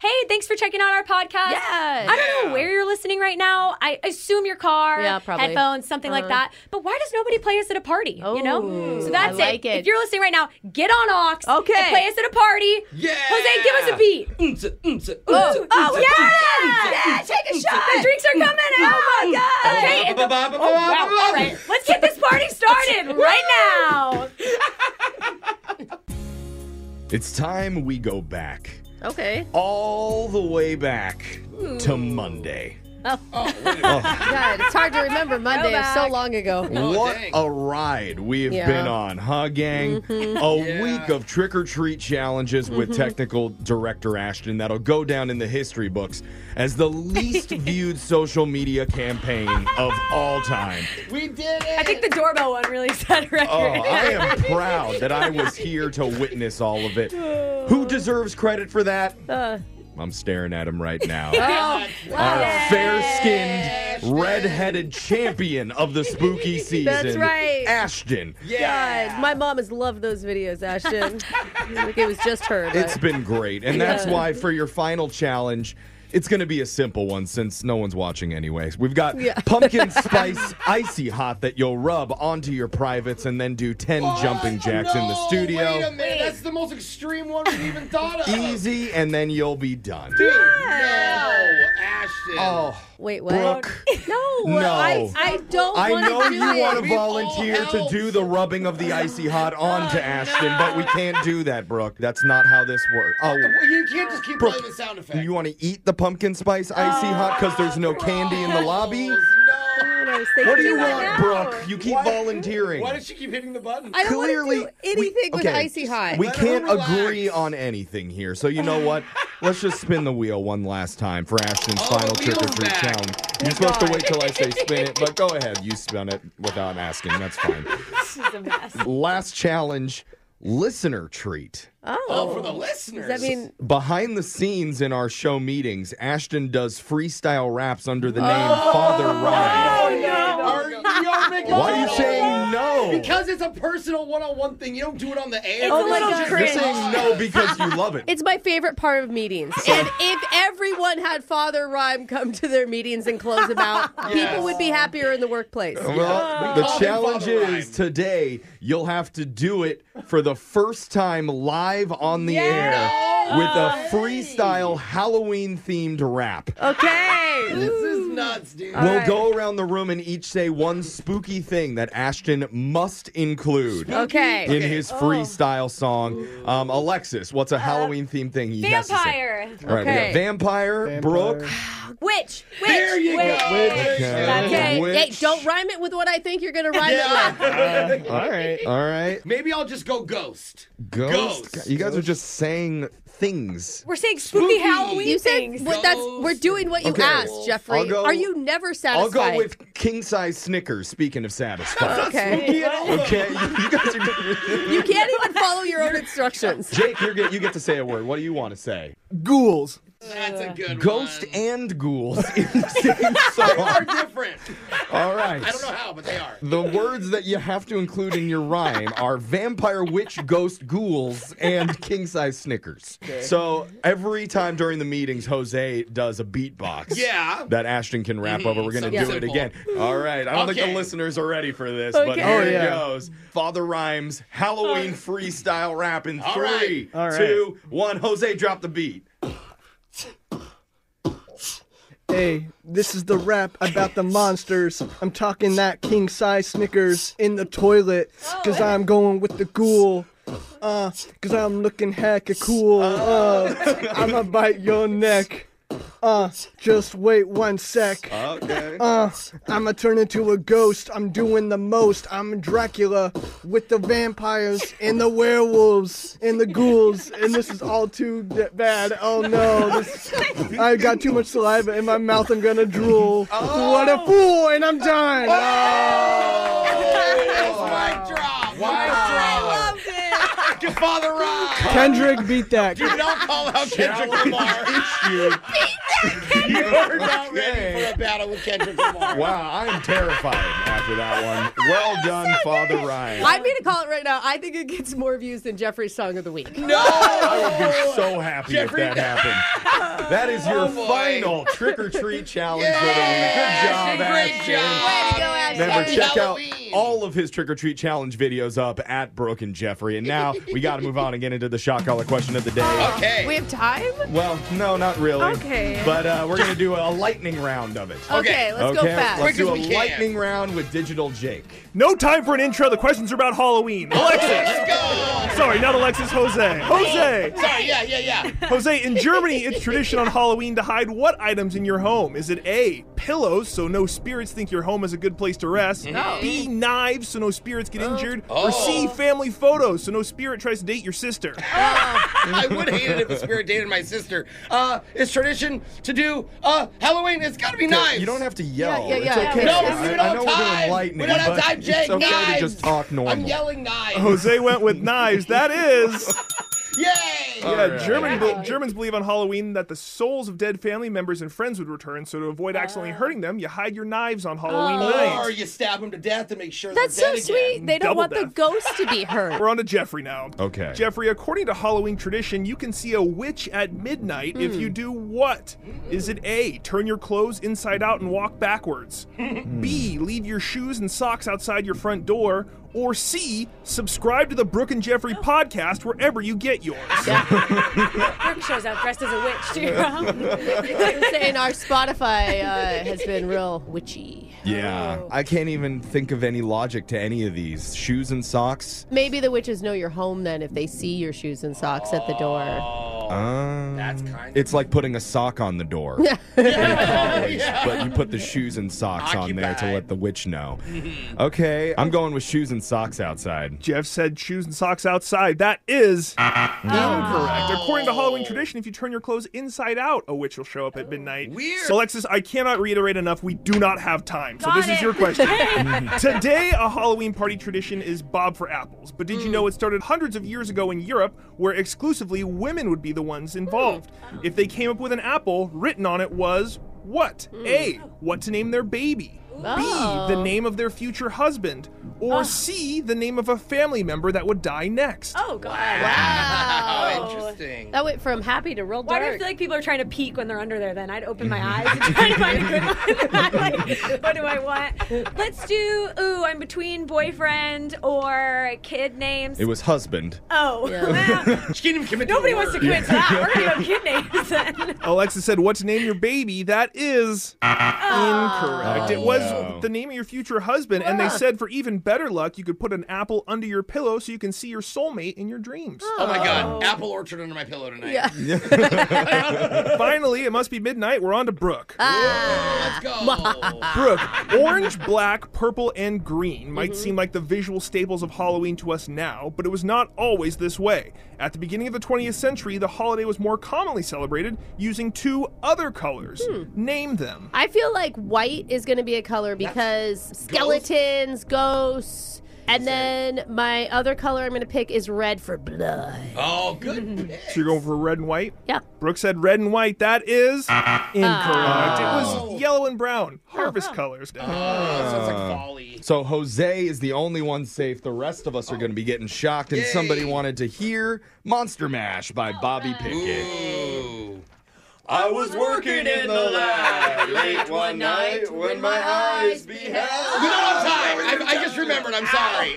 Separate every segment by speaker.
Speaker 1: Hey, thanks for checking out our podcast.
Speaker 2: Yes.
Speaker 1: I don't know where you're listening right now. I assume your car,
Speaker 2: Yeah, probably. Uh-huh.
Speaker 1: headphones, something like that. But why does nobody play us at a party? you know?
Speaker 2: Ooh,
Speaker 1: So that's
Speaker 2: Oh, I like it.
Speaker 1: If you're listening right now, get on Ox.
Speaker 2: Okay.
Speaker 1: And play us at a party.
Speaker 3: Yeah.
Speaker 1: Jose, give us a beat.
Speaker 2: Oh, oh,
Speaker 1: yeah! Take a shot. The drinks are coming out. Oh my god. Okay. and the- Oh, wow. All right. Let's get this party started right now.
Speaker 3: It's time we go back.
Speaker 2: Okay.
Speaker 3: All the way back to Monday.
Speaker 2: God, it's hard to remember Monday. It was so
Speaker 1: Throwback.
Speaker 2: long ago.
Speaker 3: what a ride we have
Speaker 2: Oh, Yeah. Mm-hmm.
Speaker 3: been on, huh, gang? A week of trick or treat challenges with technical director Ashton that'll go down in the history books as the least viewed social media campaign of all time.
Speaker 1: I think the doorbell one really set a record.
Speaker 3: Oh, I am proud that I was here to witness all of it. Who deserves credit for that? I'm staring at him right now. Our fair skinned, red headed champion of the spooky season.
Speaker 2: That's right.
Speaker 3: Ashton.
Speaker 2: God, my mom has loved those videos, Ashton. like it was just her. But
Speaker 3: It's been great. And that's why for your final challenge, it's going to be a simple one since no one's watching anyways. We've got pumpkin spice icy hot that you'll rub onto your privates and then do 10 jumping jacks in the studio.
Speaker 4: Wait a minute, that's the most extreme one we've even thought of.
Speaker 3: Easy, and then you'll be done.
Speaker 4: No, Ashton.
Speaker 3: Oh,
Speaker 2: Wait, what?
Speaker 3: Brooke,
Speaker 2: No,
Speaker 3: No.
Speaker 2: I, I don't
Speaker 3: I
Speaker 2: want
Speaker 3: know
Speaker 2: to do
Speaker 3: you
Speaker 2: it.
Speaker 3: want to
Speaker 4: We've all
Speaker 3: volunteer to
Speaker 4: helped.
Speaker 3: do the rubbing of the icy hot onto
Speaker 2: Oh,
Speaker 3: Ashton, but we can't do that, Brooke. That's not how this works. Oh,
Speaker 4: Well, you can't just keep
Speaker 3: Brooke,
Speaker 4: playing the sound
Speaker 3: do
Speaker 4: effect.
Speaker 3: you want to eat the pumpkin spice icy
Speaker 2: Oh,
Speaker 3: hot because there's no candy in the lobby?
Speaker 4: No.
Speaker 2: I was thinking
Speaker 3: What do you
Speaker 2: about
Speaker 3: want,
Speaker 2: it.
Speaker 3: Brooke? You keep
Speaker 4: Why-
Speaker 3: volunteering.
Speaker 4: Why did she keep hitting the button?
Speaker 2: I don't wanna
Speaker 3: Clearly,
Speaker 2: do anything
Speaker 3: we,
Speaker 2: with
Speaker 3: okay,
Speaker 2: icy hot.
Speaker 3: We
Speaker 4: Let her
Speaker 3: can't
Speaker 4: relax.
Speaker 3: agree on anything here. So you know what? Let's just spin the wheel one last time for Ashton's
Speaker 4: Oh,
Speaker 3: final
Speaker 4: the
Speaker 3: trick or
Speaker 4: wheel's
Speaker 3: treat
Speaker 4: back.
Speaker 3: challenge. You're supposed to wait till I say spin it, but go ahead. You spin it without asking. That's fine.
Speaker 1: She's a mess.
Speaker 3: Oh. Last challenge. Listener treat.
Speaker 4: Oh, for the listeners.
Speaker 2: Does that mean
Speaker 3: Behind the scenes in our show meetings, Ashton does freestyle raps under the name
Speaker 1: Oh,
Speaker 4: Oh.
Speaker 3: Father Ryan.
Speaker 4: Are, you are making
Speaker 3: Why are you
Speaker 4: fun of
Speaker 3: saying no?
Speaker 4: Because it's a personal one-on-one thing. You don't do it on the air.
Speaker 2: It's a little
Speaker 4: Just-
Speaker 3: You're
Speaker 2: cringe.
Speaker 3: saying no because you love it.
Speaker 2: it's my favorite part of meetings? and if everyone had Father Rhyme come to their meetings and close them out, people would be happier in the workplace.
Speaker 3: Oh. Well, the
Speaker 4: call him
Speaker 3: challenge
Speaker 4: Father Ryan.
Speaker 3: is today you'll have to do it for the first time live on the air with a freestyle Halloween themed rap.
Speaker 2: Okay.
Speaker 4: This is nuts, dude.
Speaker 3: We'll go around the room and each say one spooky thing that Ashton must include
Speaker 2: Okay. Oh. Uh,
Speaker 3: in his freestyle song. Um, Alexis, what's a Halloween themed thing he has to say?
Speaker 1: Vampire.
Speaker 3: All right, we
Speaker 2: Okay.
Speaker 3: got vampire, Brooke.
Speaker 1: Which? Which?
Speaker 5: There you go.
Speaker 1: which?
Speaker 3: Okay.
Speaker 2: Okay.
Speaker 3: Which-
Speaker 2: Hey, don't rhyme it with what I think you're going to rhyme it with.
Speaker 6: All right.
Speaker 3: Uh, All right.
Speaker 5: Maybe I'll just go ghost.
Speaker 3: Ghost.
Speaker 5: Ghost.
Speaker 3: You guys are just saying things.
Speaker 1: We're saying spooky,
Speaker 5: Spooky.
Speaker 1: Halloween
Speaker 2: You said
Speaker 1: things.
Speaker 2: well, that's we're doing what you
Speaker 3: Okay.
Speaker 2: asked, Jeffrey.
Speaker 3: I'll go-
Speaker 2: Are you never
Speaker 3: I'll
Speaker 2: satisfied?
Speaker 3: go with king size Snickers, speaking of satisfied.
Speaker 2: Okay.
Speaker 3: okay. You guys are.
Speaker 2: You can't even follow your own instructions.
Speaker 3: Jake, you're get, you get to say a word. What do you want to say?
Speaker 6: Ghouls.
Speaker 5: That's a good
Speaker 3: Ghost
Speaker 5: one.
Speaker 3: and ghouls in the same song.
Speaker 5: are different.
Speaker 3: All right.
Speaker 5: I don't know how, but they are.
Speaker 3: The words that you have to include in your rhyme are vampire, witch, ghost, ghouls, and king size Snickers. So every time during the meetings, Jose does a beatbox.
Speaker 5: Yeah. Mm-hmm.
Speaker 3: That Ashton can rap over. We're going to
Speaker 5: Something
Speaker 3: do it
Speaker 5: simple.
Speaker 3: again. All right. I don't think
Speaker 5: Okay.
Speaker 3: the listeners are ready for this, but
Speaker 2: Okay.
Speaker 3: here
Speaker 6: Oh,
Speaker 3: it
Speaker 6: yeah.
Speaker 3: goes. Father Rhymes, Halloween freestyle rap in
Speaker 5: All right.
Speaker 3: three, two, one.
Speaker 6: All right.
Speaker 3: Jose, drop the beat.
Speaker 6: Hey, this is the rap about the monsters. I'm talking that king size Snickers in the toilet. Cause I'm going with the ghoul. Uh, cause I'm looking hecka cool. Uh, I'ma bite your neck. Uh, just wait one sec.
Speaker 3: Okay.
Speaker 6: Uh, I'ma turn into a ghost. I'm doing the most. I'm Dracula with the vampires and the werewolves and the ghouls. And this is all too d- bad. Oh no. This, I got too much saliva in my mouth. I'm gonna drool. What a fool. And I'm done.
Speaker 5: Mic drop.
Speaker 2: Oh,
Speaker 1: I love it.
Speaker 5: Your father
Speaker 4: uh,
Speaker 5: Rob.
Speaker 6: Kendrick beat that.
Speaker 5: Do not call out Kendrick Lamar. you are not ready for a battle with Kendrick Lamar.
Speaker 3: Wow, I am terrified after that one. Well done, Father Ryan.
Speaker 2: I'm going to call it right now. I think it gets more views than Jeffrey's song of the week.
Speaker 3: I would be so happy
Speaker 5: Jeffrey-
Speaker 3: if that happened. That is your
Speaker 5: Oh, boy.
Speaker 3: final trick or treat challenge for the week. Good
Speaker 5: Yeah,
Speaker 3: job,
Speaker 5: Ashton,
Speaker 3: Ashton.
Speaker 5: great job.
Speaker 2: Way to go, Ashton.
Speaker 3: Remember,
Speaker 5: Happy
Speaker 3: check
Speaker 5: Halloween.
Speaker 3: out all of his trick or treat challenge videos up at Brooke and Jeffrey. And now we got to move on and get into the shot collar question of the day.
Speaker 5: Okay.
Speaker 1: We have time?
Speaker 3: Well, no, not really.
Speaker 1: Okay.
Speaker 3: But uh, we're going to do a lightning round of it.
Speaker 2: Okay, let's go
Speaker 3: Okay,
Speaker 2: fast.
Speaker 3: Let's
Speaker 5: Quick
Speaker 3: do
Speaker 5: as
Speaker 3: a
Speaker 5: we can.
Speaker 3: lightning round with Digital Jake.
Speaker 7: No time for an intro. The questions are about Halloween. Alexis.
Speaker 5: Oh, Go.
Speaker 7: Sorry, not Alexis. Jose. Jose.
Speaker 5: Sorry, yeah, yeah, yeah.
Speaker 7: Jose, in Germany, it's tradition on Halloween to hide what items in your home? Is it A, pillows, so no spirits think your home is a good place to rest?
Speaker 5: Mm-hmm.
Speaker 7: B, knives, so no spirits get injured? Or C,
Speaker 5: Oh.
Speaker 7: family photos, so no spirit tries to date your sister?
Speaker 5: I would hate it if the spirit dated my sister. Uh, it's tradition to do uh Halloween. It's gotta be
Speaker 3: Okay,
Speaker 5: nice.
Speaker 3: You don't have to yell.
Speaker 2: Yeah, yeah, yeah.
Speaker 3: It's okay.
Speaker 5: No,
Speaker 3: I,
Speaker 5: we don't
Speaker 3: I
Speaker 5: have
Speaker 3: know we're
Speaker 5: time.
Speaker 3: doing lightning,
Speaker 5: we don't have
Speaker 3: but
Speaker 5: time, Jake.
Speaker 3: It's okay
Speaker 5: knives.
Speaker 3: to just talk normal.
Speaker 5: I'm yelling knives.
Speaker 7: Jose went with knives. That is.
Speaker 5: Yay!
Speaker 7: Yeah,
Speaker 3: right.
Speaker 7: German be- Germans believe on Halloween that the souls of dead family members and friends would return, so to avoid accidentally hurting them, you hide your knives on Halloween
Speaker 5: Oh. Or
Speaker 7: night.
Speaker 5: you stab him to death to make sure
Speaker 2: Oh. That's so
Speaker 5: they're dead
Speaker 2: sweet.
Speaker 5: Again.
Speaker 2: They don't
Speaker 7: Double
Speaker 2: want the
Speaker 7: death.
Speaker 2: ghost to be hurt.
Speaker 7: We're on to Jeffrey now.
Speaker 3: Okay.
Speaker 7: Jeffrey, according to Halloween tradition, you can see a witch at midnight if you do what? Is it A, turn your clothes inside out and walk backwards? B, leave your shoes and socks outside your front door? Or C, subscribe to the Brooke and Jeffrey podcast wherever you get yours.
Speaker 1: Brooke shows up dressed as a witch to your home.
Speaker 2: I'm saying our Spotify uh, has been real witchy.
Speaker 3: Yeah. I can't even think of any logic to any of these. Shoes and socks.
Speaker 2: Maybe the witches know your home then if they see your shoes and socks at the door.
Speaker 3: Um,
Speaker 5: Oh, That's kind of-
Speaker 3: It's like putting a sock on the door. But you put the shoes and socks on there to
Speaker 5: Occupied.
Speaker 3: let the witch know.
Speaker 5: Mm-hmm.
Speaker 3: Okay. I'm going with shoes and socks outside.
Speaker 7: Jeff said shoes and socks outside. That is
Speaker 1: Ah.
Speaker 7: incorrect. According to Halloween tradition, if you turn your clothes inside out, a witch will show up at
Speaker 1: Oh,
Speaker 7: midnight.
Speaker 5: Weird.
Speaker 7: So, Alexis, I cannot reiterate enough. We do not have time. So,
Speaker 1: Got
Speaker 7: this is
Speaker 1: it.
Speaker 7: your question. Today, a Halloween party tradition is Bob for apples. But
Speaker 1: Hmm.
Speaker 7: did you know it started hundreds of years ago in Europe where exclusively women would be the ones involved?
Speaker 1: Hmm.
Speaker 7: If they came up with an apple, written on it was what?
Speaker 1: Hmm.
Speaker 7: A. What to name their baby. B.
Speaker 1: Oh.
Speaker 7: The name of their future husband.
Speaker 1: Ah.
Speaker 7: Or C. The name of a family member that would die next.
Speaker 1: Oh, God. Wow.
Speaker 5: Oh, interesting.
Speaker 2: That went from happy to real
Speaker 1: Why do I
Speaker 2: dark.
Speaker 1: feel like people are trying to peek when they're under there? Then I'd open my eyes and try to find a good one. I'm like, what do I want? Let's do. Ooh, I'm between boyfriend or kid names.
Speaker 3: It was husband.
Speaker 1: oh, well,
Speaker 5: She can't even commit
Speaker 1: nobody
Speaker 5: to
Speaker 1: wants to
Speaker 5: commit.
Speaker 1: commit to that. We're gonna go kid names then.
Speaker 5: Oh,
Speaker 7: Alexa said, What to name your baby? That is incorrect. it was was the name of your future husband, and they said for even better luck, you could put an apple under your pillow so you can see your soulmate in your dreams.
Speaker 5: Oh my God! Apple orchard under my pillow tonight.
Speaker 2: Yeah.
Speaker 7: Finally, it must be midnight. We're on to Brooke.
Speaker 5: Let's go.
Speaker 7: Brooke, orange, black, purple, and green might seem like the visual staples of Halloween to us now, but it was not always this way. At the beginning of the 20th century, the holiday was more commonly celebrated using two other colors. Name them.
Speaker 2: I feel like white is going to be a color because skeletons, ghosts, and then my other color I'm going to pick is red for blood.
Speaker 5: Oh, good. pick.
Speaker 7: So you're going for red and white?
Speaker 2: Yeah.
Speaker 7: Brooke said red and white. That is incorrect. It was yellow and brown. Harvest colors.
Speaker 5: Oh, sounds like folly.
Speaker 3: So Jose is the only one safe. The rest of us are going to be getting shocked. And somebody wanted to hear Monster Mash by Bobby Pickett.
Speaker 5: Ooh.
Speaker 3: I was working in the lab late one night when my eyes
Speaker 5: We
Speaker 3: beheld.
Speaker 5: don't have time. I, I just remembered. I'm sorry.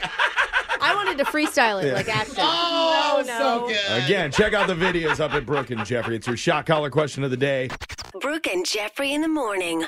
Speaker 2: I wanted to freestyle it like action.
Speaker 5: Oh,
Speaker 1: no.
Speaker 5: so good.
Speaker 3: Again, check out the videos up at Brooke and Jeffrey. It's your shock collar question of the day.
Speaker 8: Brooke and Jeffrey in the morning.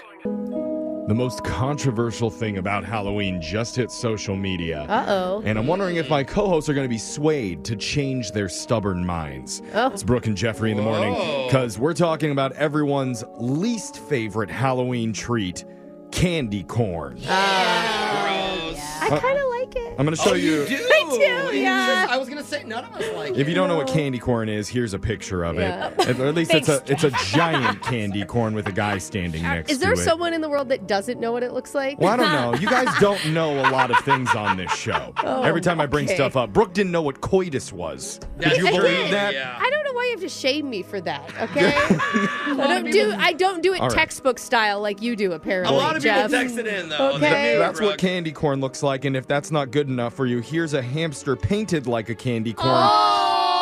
Speaker 3: The most controversial thing about Halloween just hit social media.
Speaker 2: Uh-oh.
Speaker 3: And I'm wondering if my co hosts are going to be swayed to change their stubborn minds. It's Brooke and Jeffrey in the morning because we're talking about everyone's least favorite Halloween treat candy corn.
Speaker 5: Ah,
Speaker 3: Uh,
Speaker 2: I kind of like it.
Speaker 3: I'm going to show you.
Speaker 5: Oh, do.
Speaker 2: do, yeah.
Speaker 5: I was gonna say none of us like it.
Speaker 3: If you don't know what candy corn is, here's a picture of
Speaker 2: Yeah.
Speaker 3: it. Or at least it's a it's a giant candy corn with a guy standing next
Speaker 2: Is
Speaker 3: to it.
Speaker 2: there someone in the world that doesn't know what it looks like?
Speaker 3: Well, I don't know. You guys don't know a lot of things on this show.
Speaker 5: Oh,
Speaker 3: Every time I bring
Speaker 2: okay.
Speaker 3: stuff up, Brooke didn't know what coitus was.
Speaker 5: That's
Speaker 3: Did you
Speaker 5: true,
Speaker 3: believe that?
Speaker 5: yeah.
Speaker 2: I don't know why you have to shame me for that. Okay, I don't do I don't do it
Speaker 3: All right.
Speaker 2: textbook style like you do.
Speaker 5: A
Speaker 2: Apparently,
Speaker 5: lot of people
Speaker 2: Jeff.
Speaker 5: texted in though.
Speaker 2: Okay.
Speaker 5: They knew,
Speaker 3: That's what
Speaker 5: Brooke.
Speaker 3: candy corn looks like, and if that's not good enough for you, here's a hamster painted like a candy corn,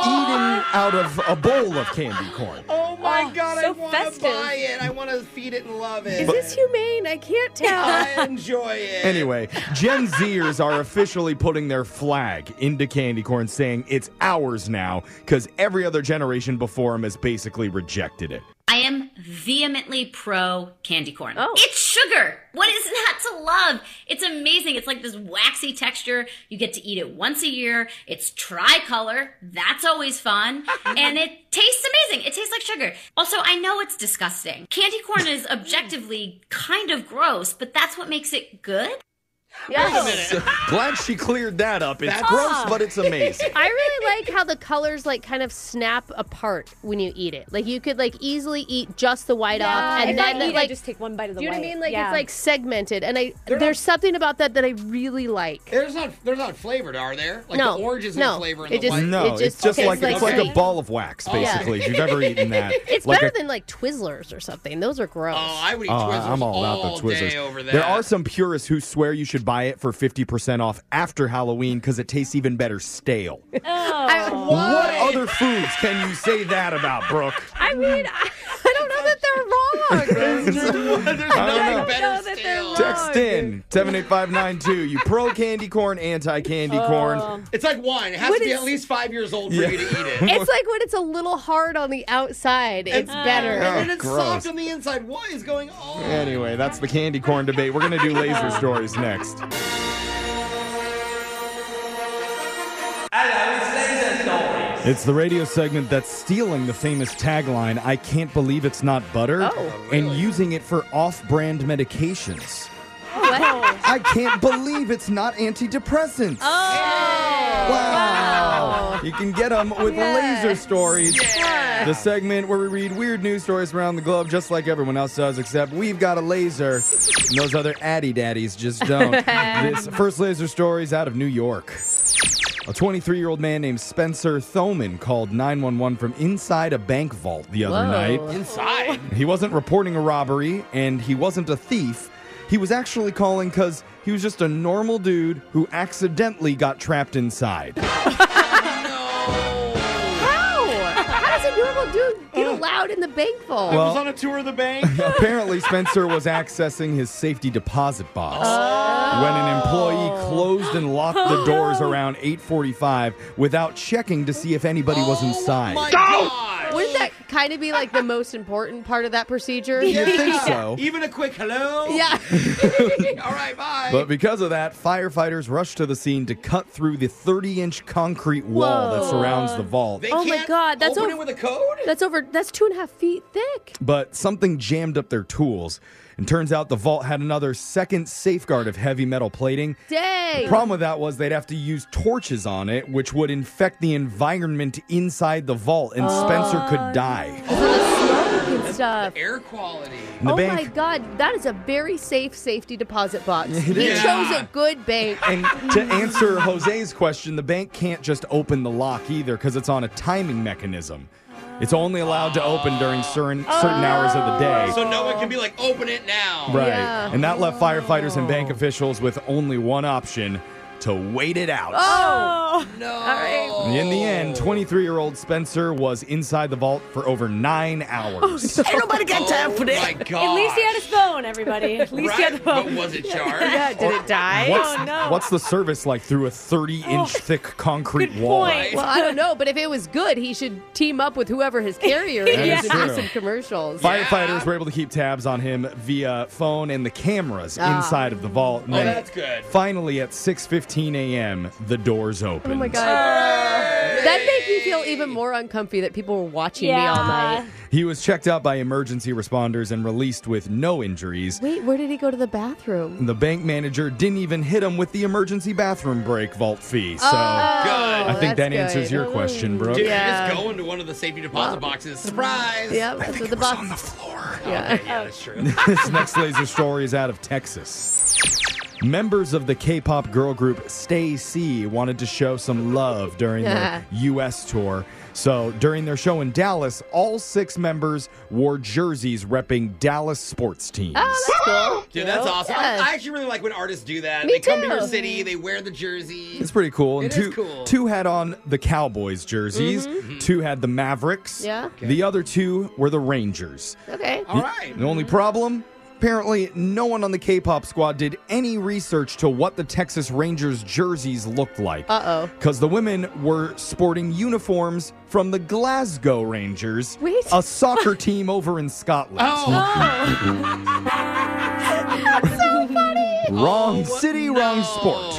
Speaker 3: eating out of a bowl of candy corn.
Speaker 5: Oh my god, I
Speaker 1: so
Speaker 5: want
Speaker 1: festive.
Speaker 5: to buy it. I want to feed it and love it.
Speaker 2: Is this humane? I can't tell.
Speaker 5: I enjoy it.
Speaker 3: Anyway, Gen Zers are officially putting their flag into candy corn, saying it's ours now because every other generation before them has basically rejected it.
Speaker 9: I am vehemently pro candy corn.
Speaker 2: Oh.
Speaker 9: It's sugar. What is not to love? It's amazing. It's like this waxy texture. You get to eat it once a year. It's tricolor. That's always fun. and it tastes amazing. It tastes like sugar. Also, I know it's disgusting. Candy corn is objectively kind of gross, but that's what makes it good.
Speaker 2: yes.
Speaker 3: Glad she cleared that up. It's gross, but it's amazing.
Speaker 2: I really like how the colors like kind of snap apart when you eat it. Like you could like easily eat just the white off, and
Speaker 1: if
Speaker 2: then
Speaker 1: I
Speaker 2: the,
Speaker 1: eat it,
Speaker 2: like
Speaker 1: just take one bite of the
Speaker 2: do you know what I
Speaker 1: white.
Speaker 2: mean? Like
Speaker 1: Yeah.
Speaker 2: it's like segmented, and I there's something about that that I really like.
Speaker 5: There's not there's not flavored, are there? Like
Speaker 2: No,
Speaker 5: the orange isn't
Speaker 2: no.
Speaker 5: flavor and
Speaker 2: It
Speaker 5: the
Speaker 2: just-
Speaker 5: white.
Speaker 3: No,
Speaker 2: It
Speaker 3: it's just
Speaker 2: tastes
Speaker 3: like it's
Speaker 2: like
Speaker 3: like a
Speaker 2: sweet.
Speaker 3: ball of wax,
Speaker 2: yeah.
Speaker 3: basically. If you've ever eaten that,
Speaker 2: It's
Speaker 3: like
Speaker 2: better
Speaker 3: a-
Speaker 2: than like Twizzlers or something. Those are gross.
Speaker 5: Oh, I would eat
Speaker 3: Oh,
Speaker 5: Twizzlers
Speaker 3: I'm all about the Twizzlers.
Speaker 5: day over that.
Speaker 3: There are some purists who swear you should buy it for 50% off after Halloween because it tastes even better stale.
Speaker 2: Oh. I,
Speaker 3: What other foods can you say that about, Brooke?
Speaker 2: I mean, I, I don't know that they're wrong.
Speaker 5: There's nothing
Speaker 3: don't know.
Speaker 5: better
Speaker 1: that they're
Speaker 5: still.
Speaker 1: wrong.
Speaker 3: Text in 78592. You pro candy corn, anti candy
Speaker 2: Oh.
Speaker 3: corn.
Speaker 5: It's like wine. It has
Speaker 2: What
Speaker 5: to be
Speaker 2: is-
Speaker 5: at least five years old for
Speaker 3: Yeah.
Speaker 5: you to eat it.
Speaker 2: it's like when it's a little hard on the outside, it's better.
Speaker 3: Yeah.
Speaker 5: and then it's
Speaker 3: gross.
Speaker 5: soft on the inside. What is going on?
Speaker 3: Anyway, that's the candy corn debate. We're going to do laser stories next. It's the radio segment that's stealing the famous tagline, I can't believe it's not butter, and using it for off brand medications. I can't believe it's not antidepressants.
Speaker 4: Oh.
Speaker 2: Oh.
Speaker 3: wow. You can get them with laser stories. The segment where we read weird news stories around the globe, just like everyone else does, except we've got a laser. And those other addy daddies just don't. this first laser story is out of New York. A 23 year old man named Spencer Thoman called 911 from inside a bank vault the other night.
Speaker 5: Inside.
Speaker 3: He wasn't reporting a robbery and he wasn't a thief. He was actually calling because he was just a normal dude who accidentally got trapped inside.
Speaker 2: How? How does a normal dude get allowed in the bank vault? Oh
Speaker 3: Well-
Speaker 5: Oh. I was on a tour of the bank.
Speaker 3: Apparently, Spencer was accessing his safety deposit box when an employee closed and locked the
Speaker 5: Oh.
Speaker 3: doors around 8:45 without checking to see if anybody was
Speaker 5: Oh
Speaker 3: inside.
Speaker 5: my God.
Speaker 2: Wouldn't that kind of be like the most important part of that procedure?
Speaker 3: You'd think so.
Speaker 4: Even a quick hello.
Speaker 2: Yeah.
Speaker 4: All right, bye.
Speaker 3: But because of that, firefighters rushed to the scene to cut through the 30 inch concrete wall that
Speaker 2: Whoa.
Speaker 3: surrounds the vault.
Speaker 2: oh my God, that's
Speaker 4: open it
Speaker 2: over
Speaker 4: with a code.
Speaker 2: That's over. That's two and a half feet thick.
Speaker 3: But something jammed up their tools. And turns out the vault had another second safeguard of heavy metal plating.
Speaker 2: Dang.
Speaker 3: The problem with that was they'd have to use torches on it, which would infect the environment inside the vault, and Spencer
Speaker 2: Oh.
Speaker 3: could die.
Speaker 2: Smoke and stuff.
Speaker 4: Air quality.
Speaker 3: And the
Speaker 2: oh
Speaker 3: bank-
Speaker 2: my God, that is a very safe safety deposit box.
Speaker 3: It
Speaker 2: he
Speaker 3: is.
Speaker 2: chose a good bank.
Speaker 3: And to answer Jose's question, the bank can't just open the lock either because it's on a timing mechanism. It's only allowed to open during certain, certain hours of the day.
Speaker 4: So no one can be like, open it now.
Speaker 3: Right.
Speaker 2: Oh. Yeah. Oh.
Speaker 3: And that left firefighters and bank officials with only one option to wait it out.
Speaker 2: Oh,
Speaker 4: No.
Speaker 2: right.
Speaker 3: In the end, 23 year old Spencer was inside the vault for over nine
Speaker 2: Oh,
Speaker 3: hours.
Speaker 4: Ain't nobody got time for
Speaker 1: Oh
Speaker 4: that. my god.
Speaker 1: At least he had his phone, everybody. At least he had the
Speaker 4: right? But
Speaker 1: phone.
Speaker 4: was it charged?
Speaker 2: yeah. Did it die?
Speaker 3: What's,
Speaker 1: Oh, no.
Speaker 3: what's the service like through a 30 inch thick concrete
Speaker 1: Good
Speaker 3: wall?
Speaker 1: point.
Speaker 2: Well, I don't know, but if it was good, he should team up with whoever his carrier is
Speaker 3: That is
Speaker 2: and do
Speaker 3: true.
Speaker 2: some commercials.
Speaker 3: Firefighters were able to keep tabs on him via phone and the cameras
Speaker 2: Ah.
Speaker 3: inside of the vault. And
Speaker 4: Oh,
Speaker 3: then
Speaker 4: that's good.
Speaker 3: Finally, at 6:15 a.m., the doors open.
Speaker 2: Oh my God. That made me feel even more uncomfy that people were watching me all night.
Speaker 3: He was checked out by emergency responders and released with no injuries.
Speaker 2: Wait, where did he go to the bathroom?
Speaker 3: The bank manager didn't even hit him with the emergency bathroom break vault fee. So
Speaker 2: Oh,
Speaker 3: I think
Speaker 2: that's
Speaker 3: that answers
Speaker 2: good.
Speaker 3: your question, Brooke.
Speaker 4: Dude,
Speaker 2: Yeah.
Speaker 4: you just go into one of the safety deposit boxes. Surprise.
Speaker 2: Yep, that's what the box.
Speaker 3: floor.
Speaker 2: Yeah.
Speaker 4: Okay, yeah, that's true.
Speaker 3: this next laser story is out of Texas. Members of the K pop girl group Stay C wanted to show some love during their US tour. So during their show in Dallas, all six members wore jerseys repping Dallas sports teams.
Speaker 5: Oh.
Speaker 2: Oh, Cool.
Speaker 4: Dude, that's awesome. I-
Speaker 2: Yeah.
Speaker 4: I, actually really like when artists do that.
Speaker 2: Me
Speaker 4: they come to
Speaker 2: too.
Speaker 4: your city, they wear the jersey.
Speaker 3: It's pretty cool. And
Speaker 4: It
Speaker 3: two
Speaker 4: is cool.
Speaker 3: two had on the Cowboys jerseys. Two had the Mavericks.
Speaker 2: Yeah.
Speaker 3: The other two were the Rangers.
Speaker 2: Okay.
Speaker 4: All right.
Speaker 3: The only problem? Apparently, no one on the K-pop squad did any research to what the Texas Rangers jerseys looked like.
Speaker 2: Uh-oh.
Speaker 3: Because the women were sporting uniforms from the Glasgow Rangers,
Speaker 2: Wait.
Speaker 3: a soccer team over in Scotland.
Speaker 4: Oh,
Speaker 3: Wrong
Speaker 2: Oh,
Speaker 3: city, wrong sport.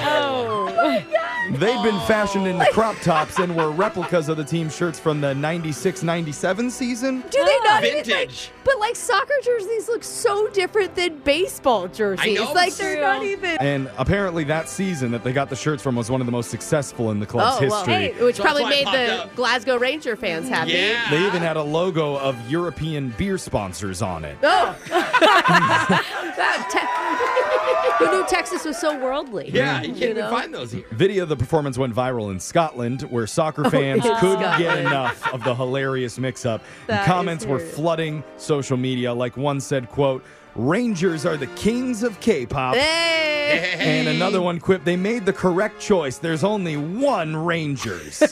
Speaker 3: They'd been fashioned into crop tops and were replicas of the team shirts from the 96 97 season.
Speaker 2: Do they not even like?
Speaker 4: vintage.
Speaker 2: But like soccer jerseys look so different than baseball jerseys.
Speaker 4: know,
Speaker 2: like
Speaker 4: it's
Speaker 2: they're
Speaker 1: true.
Speaker 2: not even.
Speaker 3: And apparently, that season that they got the shirts from was one of the most successful in the club's
Speaker 2: Oh well,
Speaker 3: history.
Speaker 2: hey, which
Speaker 4: So that's
Speaker 2: probably
Speaker 4: why it
Speaker 2: made
Speaker 4: popped
Speaker 2: the
Speaker 4: up.
Speaker 2: Glasgow Ranger fans happy.
Speaker 4: Yeah.
Speaker 3: They even had a logo of European beer sponsors on it.
Speaker 2: Oh, That te- who knew Texas was so worldly?
Speaker 4: Yeah, you can't even
Speaker 2: know?
Speaker 4: find those here.
Speaker 3: Video of the performance went viral in Scotland, where soccer fans
Speaker 2: yeah.
Speaker 3: couldn't get
Speaker 2: Oh, Scotland.
Speaker 3: enough of the hilarious mix-up.
Speaker 2: That is
Speaker 3: Comments were
Speaker 2: weird.
Speaker 3: flooding social media. Like one said, "quote Rangers are the kings of K-pop."
Speaker 2: Hey.
Speaker 3: And another one quipped, they made the correct choice. There's only one Rangers.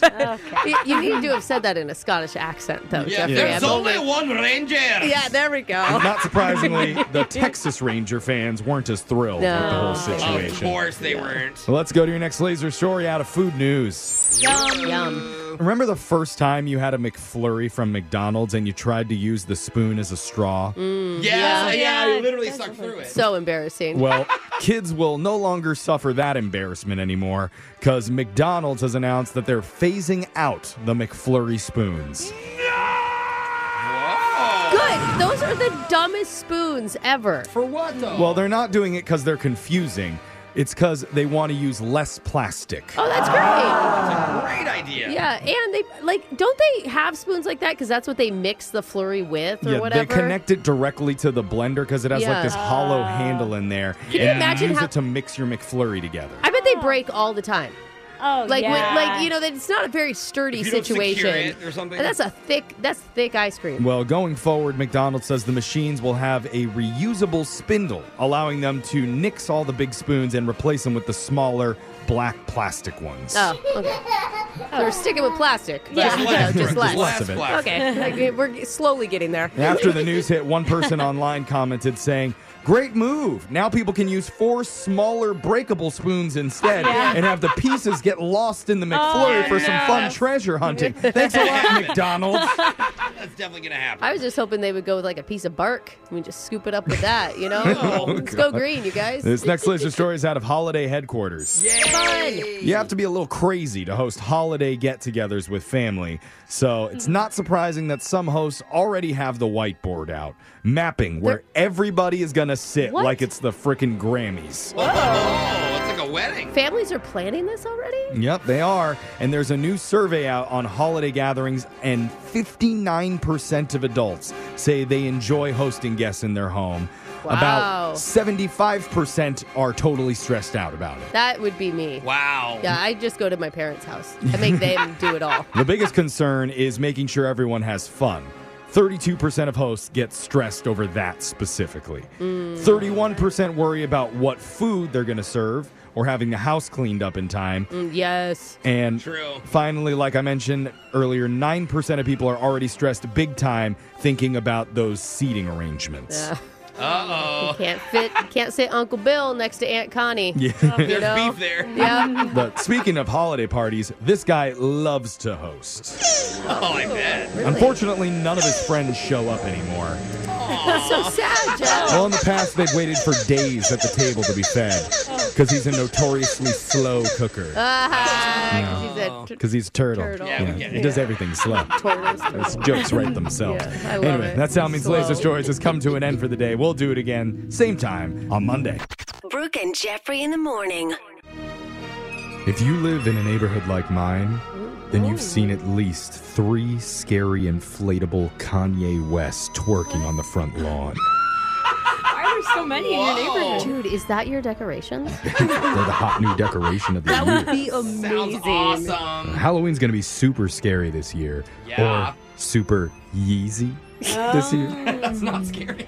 Speaker 2: You- you needed to have said that in a Scottish accent, though,
Speaker 4: Yeah,
Speaker 2: Jeffrey.
Speaker 4: there's
Speaker 2: I'm
Speaker 4: only one Ranger.
Speaker 2: Yeah, there we go.
Speaker 3: Not surprisingly, the Texas Ranger fans weren't as thrilled with the
Speaker 2: No.
Speaker 3: whole
Speaker 4: Of
Speaker 3: situation.
Speaker 4: course they weren't.
Speaker 3: Well, let's go to your next laser story out of food news.
Speaker 2: Yum, yum.
Speaker 3: Remember the first time you had a McFlurry from McDonald's and you tried to use the spoon as a straw?
Speaker 2: Mm.
Speaker 4: Yeah, yeah,
Speaker 1: Yeah,
Speaker 4: I literally sucked through it.
Speaker 2: So embarrassing.
Speaker 3: Well, kids will no longer suffer that embarrassment anymore because McDonald's has announced that they're phasing out the McFlurry spoons.
Speaker 2: Good. Those are the dumbest spoons ever.
Speaker 4: For what though?
Speaker 3: Well, they're not doing it because they're confusing. It's because they want to use less plastic.
Speaker 2: Oh, that's great.
Speaker 4: Great idea.
Speaker 2: Yeah, and they like don't they have spoons like that? Because that's what they mix the flurry with or
Speaker 3: yeah,
Speaker 2: whatever.
Speaker 3: they connect it directly to the blender because it has
Speaker 2: Yeah.
Speaker 3: like this hollow handle in there. Can
Speaker 2: you
Speaker 3: and
Speaker 2: imagine
Speaker 3: use
Speaker 2: how-
Speaker 3: it to mix your McFlurry together.
Speaker 2: I bet they break all the time.
Speaker 1: Oh,
Speaker 2: Like,
Speaker 1: yeah.
Speaker 2: when, like you know, that it's not a very sturdy
Speaker 4: If you don't secure
Speaker 2: situation.
Speaker 4: it or something.
Speaker 2: And that's a thick, that's thick ice cream.
Speaker 3: well, going forward, McDonald's says the machines will have a reusable spindle, allowing them to nix all the big spoons and replace them with the smaller black plastic ones.
Speaker 2: Oh, okay. So
Speaker 1: Oh.
Speaker 2: we're sticking with plastic.
Speaker 1: Yeah.
Speaker 2: Just,
Speaker 4: Less,
Speaker 2: no, just
Speaker 4: Brooke,
Speaker 2: less.
Speaker 3: less of it.
Speaker 4: plastic.
Speaker 2: Okay, like, we're slowly getting there.
Speaker 3: After the news hit, one person online commented saying, Great move. Now people can use four smaller breakable spoons instead
Speaker 5: Yeah.
Speaker 3: and have the pieces get lost in the McFlurry
Speaker 5: Oh,
Speaker 3: for some fun
Speaker 5: yes.
Speaker 3: treasure hunting. Thanks a lot, McDonald's.
Speaker 2: That's
Speaker 4: definitely gonna happen.
Speaker 2: I was just hoping they would go with like a piece of bark. I mean, just scoop it up with that, you know?
Speaker 3: Oh,
Speaker 2: Let's go
Speaker 3: God.
Speaker 2: green, you guys.
Speaker 3: This next laser story is out of Holiday Headquarters. You have to be a little crazy to host holiday get togethers with family, so it's
Speaker 2: Mm-hmm.
Speaker 3: not surprising that some hosts already have the whiteboard out, mapping where everybody is going to sit
Speaker 2: What?
Speaker 3: like it's the frickin' Grammys.
Speaker 4: Oh, it's like a wedding.
Speaker 2: Families are planning this already?
Speaker 3: Yep, they are. And there's a new survey out on holiday gatherings, and 59% of adults say they enjoy hosting guests in their home.
Speaker 2: Wow.
Speaker 3: About 75% are totally stressed out about it.
Speaker 2: That would be me.
Speaker 4: Wow.
Speaker 2: Yeah, I just go to my parents' house. I make them do it all.
Speaker 3: The biggest concern is making sure everyone has fun. 32% of hosts get stressed over that specifically.
Speaker 2: Mm.
Speaker 3: 31% worry about what food they're going to serve or having the house cleaned up in time.
Speaker 2: Mm, yes.
Speaker 3: And finally, like I mentioned earlier, 9% of people are already stressed big time thinking about those seating arrangements.
Speaker 2: Uh oh. Can't fit. Can't sit Uncle Bill next to Aunt Connie.
Speaker 3: Yeah.
Speaker 2: You
Speaker 3: There's
Speaker 2: know?
Speaker 3: beef there.
Speaker 2: Yeah.
Speaker 3: But speaking of holiday parties, this guy loves to host.
Speaker 4: Oh, I bet.
Speaker 3: Unfortunately, none of his friends show up anymore.
Speaker 2: That's so sad, Joe.
Speaker 4: Oh,
Speaker 3: Well, in the past, they've waited for days at the table to be fed because he's a notoriously slow cooker.
Speaker 2: Ah, Oh, 'cause he's a t-
Speaker 3: Because he's a turtle.
Speaker 2: Turtle.
Speaker 3: Yeah,
Speaker 2: Yeah, we get
Speaker 3: He
Speaker 2: it.
Speaker 3: does everything slow.
Speaker 2: Turtles.
Speaker 3: Those jokes write themselves.
Speaker 2: I love
Speaker 3: anyway,
Speaker 2: it.
Speaker 3: that's how Means
Speaker 8: Slow.
Speaker 3: Laser Stories has come to an end for the day. We'll do it again, same time, on Monday.
Speaker 8: Brooke and Jeffrey in the morning.
Speaker 3: If you live in a neighborhood like mine, then you've seen at least three scary inflatable Kanye West twerking on the front lawn.
Speaker 2: Why are there so many
Speaker 10: in your neighborhood?
Speaker 2: Dude, is that your decoration?
Speaker 3: They're the hot new decoration of the
Speaker 2: That
Speaker 3: year.
Speaker 2: would be amazing.
Speaker 4: awesome.
Speaker 3: Halloween's going to be super scary this year.
Speaker 4: Yeah.
Speaker 3: Or super Yeezy this
Speaker 2: Oh.
Speaker 3: year.
Speaker 4: That's not scary.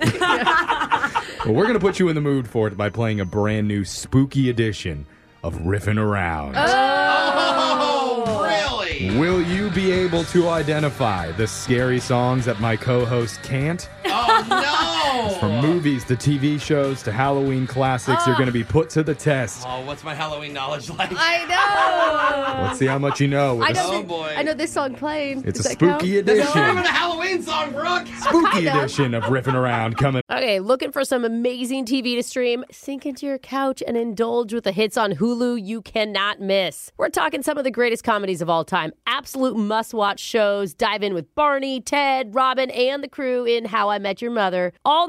Speaker 3: Well, we're going to put you in the mood for it by playing a brand new spooky edition of Riffin' Around.
Speaker 2: Oh.
Speaker 4: Oh, really?
Speaker 3: Will you be able to identify the scary songs that my co host can't?
Speaker 4: Oh no.
Speaker 3: From movies to TV shows to Halloween classics,
Speaker 2: Oh.
Speaker 3: you're going to be put to the test.
Speaker 4: Oh, what's my Halloween knowledge like?
Speaker 2: I know.
Speaker 3: Let's see how much you know. with
Speaker 2: I
Speaker 3: a
Speaker 2: know,
Speaker 3: s-
Speaker 2: thi- I know this song playing.
Speaker 3: It's
Speaker 2: Does
Speaker 3: a
Speaker 2: that count?
Speaker 3: spooky edition.
Speaker 4: Oh, We're having a Halloween song, Brooke.
Speaker 3: spooky
Speaker 2: Kind of.
Speaker 3: edition of Riffin' Around coming.
Speaker 2: Okay, looking for some amazing TV to stream? Sink into your couch and indulge with the hits on Hulu you cannot miss. We're talking some of the greatest comedies of all time, absolute must watch shows. Dive in with Barney, Ted, Robin, and the crew in How I Met Your Mother. All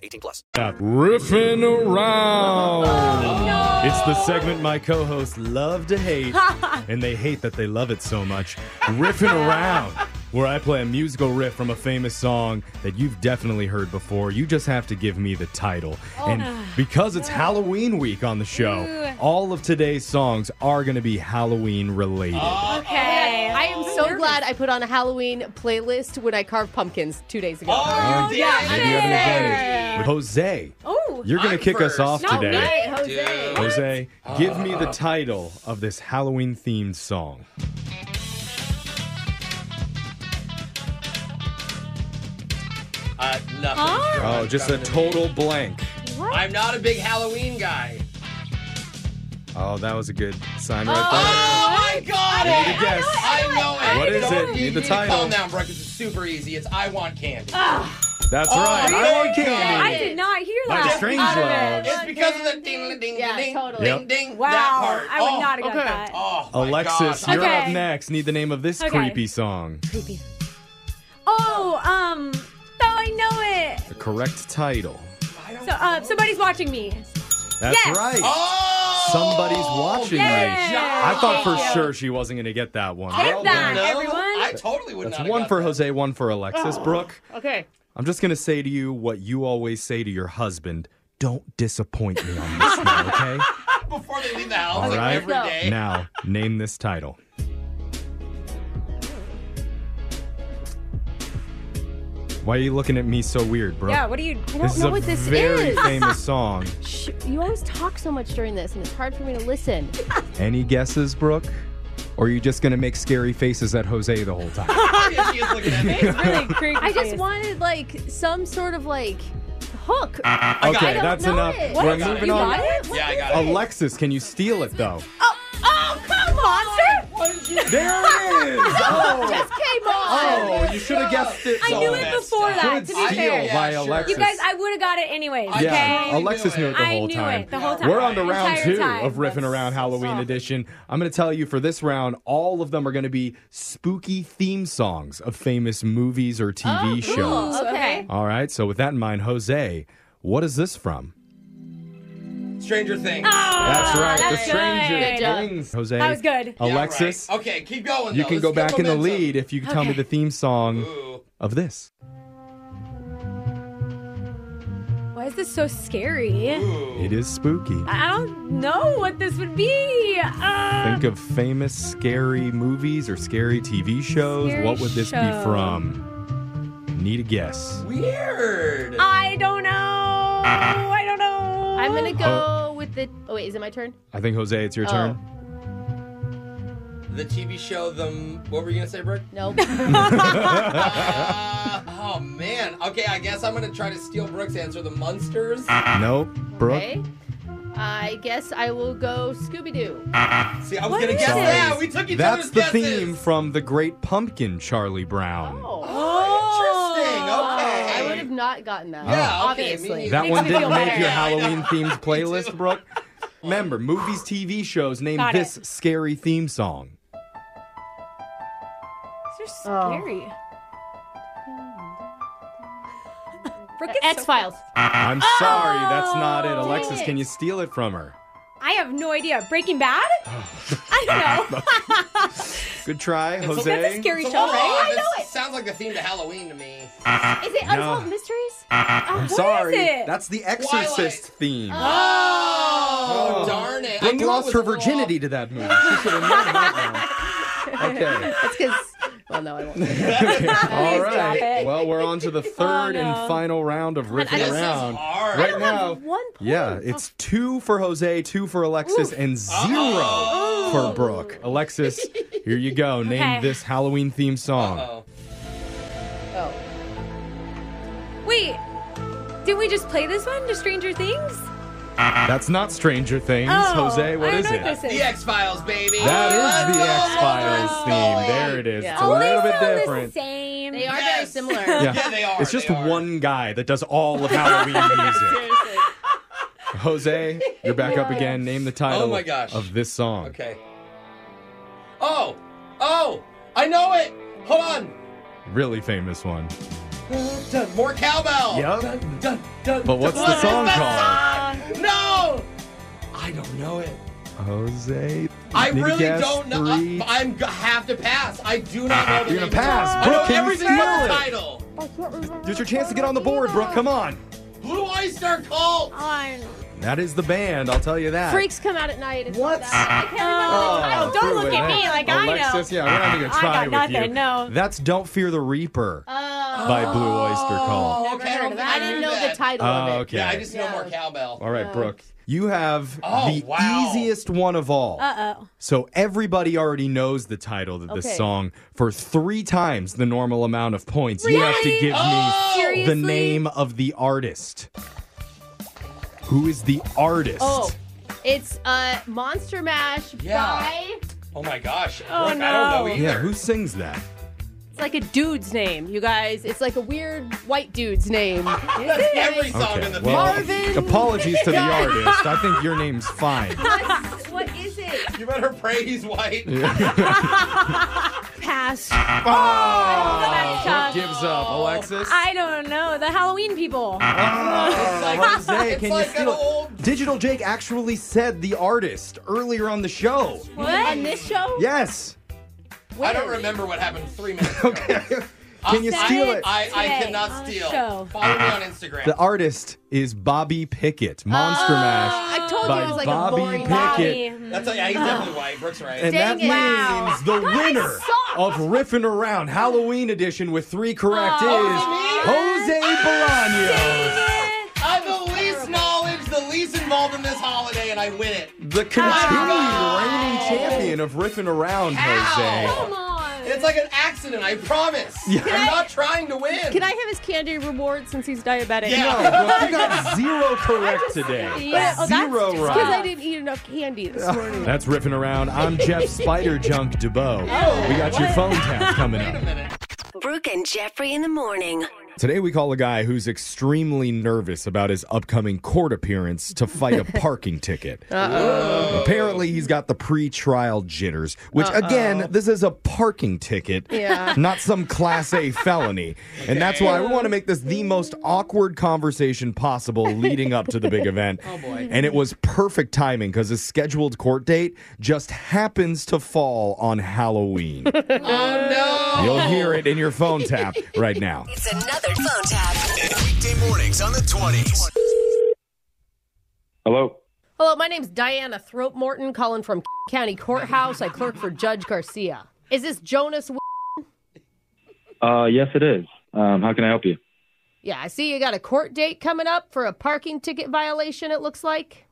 Speaker 11: 18 plus.
Speaker 3: Riffing around. It's the segment my co hosts love to hate, and they hate that they love it so much. Riffing around, where I play a musical riff from a famous song that you've definitely heard before. You just have to give me the title. And because it's Halloween week on the show, all of today's songs are going to be Halloween related.
Speaker 2: Okay. I am so glad I put on a Halloween playlist when I carved pumpkins two days ago.
Speaker 3: Oh, you
Speaker 2: yeah.
Speaker 3: Maybe you haven't done it. With Jose.
Speaker 2: Oh,
Speaker 3: You're going to kick us off
Speaker 2: No,
Speaker 3: today.
Speaker 2: me, Jose.
Speaker 3: Jose, give me the title of this Halloween themed song.
Speaker 5: Uh, nothing.
Speaker 3: Oh, just a total blank.
Speaker 5: I'm not a big Halloween guy.
Speaker 3: Oh, that was a good sign
Speaker 5: oh,
Speaker 3: right
Speaker 5: I got
Speaker 3: I need
Speaker 5: it.
Speaker 3: a guess.
Speaker 5: I know it.
Speaker 3: What is it?
Speaker 5: You
Speaker 3: Need the
Speaker 5: to
Speaker 3: title.
Speaker 5: Calm down, Brooke. It's super easy. It's I want candy.
Speaker 3: there.
Speaker 12: Oh,
Speaker 3: That's right. I want
Speaker 1: Oh, I
Speaker 3: candy.
Speaker 1: did not hear
Speaker 3: Like
Speaker 1: that.
Speaker 3: a strange
Speaker 1: out of
Speaker 3: love.
Speaker 1: it.
Speaker 5: It's because of the ding, ding,
Speaker 1: Yeah,
Speaker 5: ding,
Speaker 1: totally.
Speaker 3: Yep.
Speaker 5: ding.
Speaker 1: Wow,
Speaker 5: That part.
Speaker 1: I would
Speaker 5: Oh,
Speaker 1: not have got
Speaker 5: okay.
Speaker 1: that.
Speaker 5: Oh, my
Speaker 3: Alexis,
Speaker 5: gosh.
Speaker 3: you're up
Speaker 1: Okay.
Speaker 3: next. Need the name of this
Speaker 1: Okay.
Speaker 3: creepy song.
Speaker 1: Creepy. Oh, um, oh, I know it.
Speaker 3: The correct title.
Speaker 1: So, uh, somebody's watching me.
Speaker 3: That's
Speaker 1: Yes.
Speaker 3: right.
Speaker 5: Oh!
Speaker 3: Somebody's watching
Speaker 1: Yay.
Speaker 3: me. I thought for
Speaker 1: Thank you.
Speaker 3: sure she wasn't going to get that one.
Speaker 1: Take
Speaker 5: Oh,
Speaker 1: that,
Speaker 5: no,
Speaker 1: everyone.
Speaker 5: I totally would Oh.
Speaker 3: That's
Speaker 5: not. Ah.
Speaker 3: one for Jose, one for Alexis. Brooke,
Speaker 2: Okay.
Speaker 3: I'm just going to say to you what you always say to your husband don't disappoint me on this one, okay?
Speaker 5: Before they leave the house,
Speaker 3: All
Speaker 5: like
Speaker 3: right.
Speaker 5: every day.
Speaker 3: Now, name this title. Why are you looking at me so weird, bro?
Speaker 1: Yeah, what do you?
Speaker 2: I don't
Speaker 3: This is
Speaker 2: know
Speaker 3: a
Speaker 2: what this
Speaker 3: very
Speaker 2: is.
Speaker 3: famous song.
Speaker 2: Shh, you always talk so much during this, and it's hard for me to listen.
Speaker 3: Any guesses, Brooke? Or are you just gonna make scary faces at Jose the whole time?
Speaker 5: Yeah, she is looking at me.
Speaker 1: really creepy.
Speaker 2: I just wanted like some sort of like hook.
Speaker 5: I got
Speaker 3: Uh, okay,
Speaker 5: it.
Speaker 3: that's
Speaker 2: know
Speaker 3: enough.
Speaker 2: it.
Speaker 3: We're
Speaker 2: What?
Speaker 5: got
Speaker 3: moving
Speaker 5: it.
Speaker 2: you
Speaker 3: on.
Speaker 2: got it?
Speaker 5: Yeah, I got it.
Speaker 3: Alexis, can you steal it though?
Speaker 2: Oh, oh, come on, monster!
Speaker 3: There it is! Oh,
Speaker 2: Just came on.
Speaker 3: oh you should have guessed it.
Speaker 1: I knew it before that.
Speaker 3: Good
Speaker 1: To be
Speaker 3: steal
Speaker 1: fair,
Speaker 5: Yeah,
Speaker 3: by
Speaker 5: sure.
Speaker 3: Alexis.
Speaker 1: you guys, I would have got it anyways. Okay.
Speaker 3: yeah,
Speaker 5: knew
Speaker 3: Alexis knew it the
Speaker 1: I
Speaker 3: whole
Speaker 1: knew
Speaker 3: time.
Speaker 1: it the whole time.
Speaker 3: We're on to round
Speaker 1: Entire
Speaker 3: two
Speaker 1: time.
Speaker 3: of riffing around Halloween edition. I'm going to tell you for this round, all of them are going to be spooky theme songs of famous movies or
Speaker 1: Oh,
Speaker 3: TV shows.
Speaker 2: Okay.
Speaker 3: All right, so with that in mind, Jose, what is this from?
Speaker 5: Stranger Things.
Speaker 3: That's right,
Speaker 1: that's
Speaker 3: The Stranger
Speaker 1: Ah, good. Good job.
Speaker 3: Things. Jose,
Speaker 1: That was good.
Speaker 5: Yeah,
Speaker 3: Alexis,
Speaker 5: right. Okay, keep going.
Speaker 3: you
Speaker 5: though.
Speaker 3: can
Speaker 5: Let's
Speaker 3: go
Speaker 5: get
Speaker 3: back in the
Speaker 5: momentum.
Speaker 3: lead if you can tell me the theme song
Speaker 5: Ooh.
Speaker 3: of this.
Speaker 1: Why is this so scary?
Speaker 3: It is spooky.
Speaker 1: I don't know what this would be. Uh,
Speaker 3: Think of famous scary movies or scary TV shows.
Speaker 1: Scary
Speaker 3: what would this be
Speaker 1: show.
Speaker 3: from? Need a guess.
Speaker 5: Weird.
Speaker 1: I don't know. I don't know.
Speaker 2: I'm gonna
Speaker 3: Uh,
Speaker 2: go with the. Oh wait, is it my turn?
Speaker 3: I think Jose, it's your
Speaker 2: Oh.
Speaker 3: turn.
Speaker 5: The TV show, the what were you gonna say, Brooke?
Speaker 2: Nope.
Speaker 5: Uh, oh man. Okay, I guess I'm gonna try to steal Brooke's answer. The Munsters.
Speaker 1: Oh.
Speaker 3: Nope. Ah. Brooke.
Speaker 2: Okay. I guess I will go Scooby Doo.
Speaker 5: See, I was
Speaker 1: What
Speaker 5: gonna
Speaker 1: is
Speaker 5: guess
Speaker 1: it?
Speaker 5: that. We took each
Speaker 3: That's
Speaker 5: other's
Speaker 3: the
Speaker 5: guesses.
Speaker 3: theme from The Great Pumpkin, Charlie Brown.
Speaker 1: Oh,
Speaker 5: Oh, interesting. Okay.
Speaker 2: I would have not gotten that.
Speaker 5: Yeah, okay, me
Speaker 2: obviously.
Speaker 5: neither.
Speaker 3: Oh. That
Speaker 2: Makes
Speaker 3: one
Speaker 2: me
Speaker 3: didn't
Speaker 2: feel
Speaker 3: make
Speaker 2: better.
Speaker 3: your Halloween themed playlist, Brooke. Remember, movies, TV shows, name
Speaker 1: Got
Speaker 3: this scary theme song.
Speaker 1: These are scary. Brooke is so-
Speaker 2: X Files.
Speaker 3: I'm sorry, that's not it.
Speaker 1: Oh,
Speaker 3: Alexis,
Speaker 1: dang
Speaker 3: can
Speaker 1: it.
Speaker 3: you steal it from her?
Speaker 1: I have no idea. Breaking Bad? I don't know.
Speaker 3: Good try, Jose.
Speaker 1: That's a scary
Speaker 5: It's
Speaker 1: show,
Speaker 5: a lot.
Speaker 2: Oh,
Speaker 1: right?
Speaker 5: It Sounds like the theme to Halloween to me.
Speaker 2: Is it Unsolved Mysteries?
Speaker 5: Oh,
Speaker 2: Oh,
Speaker 3: I'm
Speaker 1: is
Speaker 3: sorry.
Speaker 1: it?
Speaker 3: That's the
Speaker 5: Uh, Twilight.
Speaker 3: Exorcist theme.
Speaker 5: Oh, darn it! I
Speaker 3: Brooke
Speaker 5: knew it
Speaker 3: lost
Speaker 5: was
Speaker 3: her
Speaker 5: a little-
Speaker 3: virginity to that movie. She should have known that one. Okay.
Speaker 2: That's because Well, no, I won't.
Speaker 3: All
Speaker 2: Please stop
Speaker 3: right.
Speaker 2: it.
Speaker 3: Well, we're on to the third and final round of riffing
Speaker 2: this is
Speaker 3: around.
Speaker 2: hard. I
Speaker 3: Right
Speaker 2: don't have
Speaker 3: now,
Speaker 2: one point.
Speaker 3: yeah, it's two for Jose, two for Alexis, and 0 for Brooke. Alexis, here you go. Name
Speaker 1: Okay.
Speaker 3: this Halloween themed song.
Speaker 1: Oh. Wait, didn't we just play this one to Stranger Things?
Speaker 3: That's not Stranger Things,
Speaker 1: Oh,
Speaker 3: Jose. What
Speaker 1: I
Speaker 3: is
Speaker 1: know
Speaker 3: it?
Speaker 1: what this is.
Speaker 5: The X Files, baby.
Speaker 3: That is the
Speaker 5: Let's go.
Speaker 3: X Files theme. There it is.
Speaker 2: Oh,
Speaker 3: It's a little bit different.
Speaker 1: Same.
Speaker 2: They are very similar.
Speaker 3: It's just one guy that does all of Halloween music. Jose, you're back up again. Name the title
Speaker 5: Oh my gosh.
Speaker 3: of this song.
Speaker 5: Okay. Oh, oh, I know it. Hold on.
Speaker 3: Really famous one.
Speaker 5: Dun, dun, more cowbell.
Speaker 3: Yep.
Speaker 5: Dun, dun, dun,
Speaker 3: But what's
Speaker 5: dun.
Speaker 3: the song
Speaker 5: What is
Speaker 3: called?
Speaker 5: that song? No. I don't know it.
Speaker 3: Jose.
Speaker 5: I
Speaker 3: need to
Speaker 5: really
Speaker 3: guess
Speaker 5: don't know.
Speaker 3: three- Ah, Uh-huh.
Speaker 5: I, I'm g- have to pass. I do not know. the
Speaker 3: You're gonna
Speaker 5: name of the
Speaker 3: pass.
Speaker 5: song.
Speaker 3: Brooke,
Speaker 5: I
Speaker 3: can you
Speaker 5: know everything
Speaker 3: steal
Speaker 5: about
Speaker 3: it?
Speaker 5: the title.
Speaker 3: Here's your chance to get on the board, Brooke. Come on.
Speaker 5: Blue Oyster Cult.
Speaker 3: That is the band, I'll tell you that.
Speaker 2: Freaks come out at night. It's what?
Speaker 3: Oh,
Speaker 1: Don't
Speaker 3: threw it
Speaker 1: look at me
Speaker 3: in.
Speaker 1: like I know.
Speaker 3: Alexis, yeah, we're not even gonna
Speaker 1: I
Speaker 3: try
Speaker 1: got
Speaker 3: with
Speaker 1: nothing,
Speaker 3: you.
Speaker 1: no. Oh.
Speaker 3: That's "Don't Fear the Reaper" by Blue Oyster Cult.
Speaker 5: Oh, okay. I, don't think
Speaker 2: I didn't
Speaker 5: knew
Speaker 2: know
Speaker 5: that.
Speaker 2: the title
Speaker 3: Oh,
Speaker 2: of it.
Speaker 3: okay.
Speaker 5: Yeah, I just know more
Speaker 1: Oh.
Speaker 5: cowbell.
Speaker 3: All right, Brooke, you have
Speaker 5: Oh,
Speaker 3: the
Speaker 5: wow.
Speaker 3: easiest one of all.
Speaker 1: Uh oh.
Speaker 3: So everybody already knows the title of this
Speaker 1: Okay.
Speaker 3: song for three times the normal amount of points. You have to
Speaker 1: Really?
Speaker 3: give
Speaker 1: Oh!
Speaker 3: me
Speaker 1: Seriously?
Speaker 3: the name of the artist. Who is the artist?
Speaker 2: Oh, it's uh, Monster Mash by.
Speaker 5: Oh my gosh.
Speaker 2: Oh,
Speaker 5: Brooke, I don't know
Speaker 2: no.
Speaker 5: either.
Speaker 3: Yeah, who sings that?
Speaker 2: It's like a dude's name, you guys. It's like a weird white dude's name.
Speaker 5: That's every song in the
Speaker 3: well,
Speaker 2: Marvin.
Speaker 3: apologies to the
Speaker 2: Yeah.
Speaker 3: artist. I think your name's fine.
Speaker 1: What is it?
Speaker 5: You better pray he's white.
Speaker 1: Pass.
Speaker 3: Oh,
Speaker 1: tough.
Speaker 3: gives up, Alexis.
Speaker 1: I don't know. The Halloween people.
Speaker 3: Oh, Jose, Um, can you
Speaker 5: like an
Speaker 3: steal it? Digital Jake actually said the artist earlier on the show.
Speaker 2: What? On this show?
Speaker 3: Yes.
Speaker 5: I don't remember what happened three minutes ago.
Speaker 3: Can you steal it?
Speaker 5: I, I
Speaker 1: Today
Speaker 5: cannot
Speaker 1: on the
Speaker 5: steal.
Speaker 1: show.
Speaker 5: Follow me on Instagram.
Speaker 3: The artist is Bobby Pickett. Monster Mash.
Speaker 2: Oh, I told you
Speaker 3: by
Speaker 2: it was like
Speaker 3: Bobby
Speaker 2: a boring
Speaker 3: Pickett.
Speaker 5: That's like, yeah, he's definitely white. Brooks right.
Speaker 3: And that
Speaker 2: Dang it. Wow.
Speaker 3: means the winner of Riffin' Around Halloween Edition with three correct is Jose Bolaño.
Speaker 5: I'm the least knowledge, the least involved in this holiday, and I win it.
Speaker 3: The continued reigning champion of Riffin' Around, Jose.
Speaker 5: Ow! It's like an accident, I promise.
Speaker 3: Yeah.
Speaker 5: I'm not trying to win.
Speaker 2: Can I have his candy reward since he's diabetic?
Speaker 3: No,
Speaker 5: Yeah.
Speaker 3: bro, you got zero correct today.
Speaker 2: Yeah, oh, that's
Speaker 3: zero
Speaker 2: just because I
Speaker 3: right.
Speaker 2: didn't eat enough candy this morning.
Speaker 3: That's riffing around. I'm Jeff Spider Junk Debo.
Speaker 2: Oh,
Speaker 3: we got your phone tap coming up.
Speaker 8: Brooke and Jeffrey in the morning.
Speaker 3: Today we call a guy who's extremely nervous about his upcoming court appearance to fight a parking ticket. Apparently he's got the pre-trial jitters, which again, this is a parking ticket,
Speaker 2: Yeah.
Speaker 3: not some class A felony. And that's why we want to make this the most awkward conversation possible leading up to the big event. Oh boy. And it was perfect timing cuz his scheduled court date just happens to fall on Halloween.
Speaker 5: Oh,
Speaker 3: You'll hear it in your phone tap right now.
Speaker 8: It's another phone tap.
Speaker 13: Weekday mornings on the 20s.
Speaker 14: Hello.
Speaker 2: Hello, my name's Diana Throatmorton, calling from County Courthouse. I clerk for Judge Garcia. Is this Jonas? W-
Speaker 14: Uh, yes, it is. Um, how can I help you?
Speaker 2: Yeah, I see you got a court date coming up for a parking ticket violation, it looks like.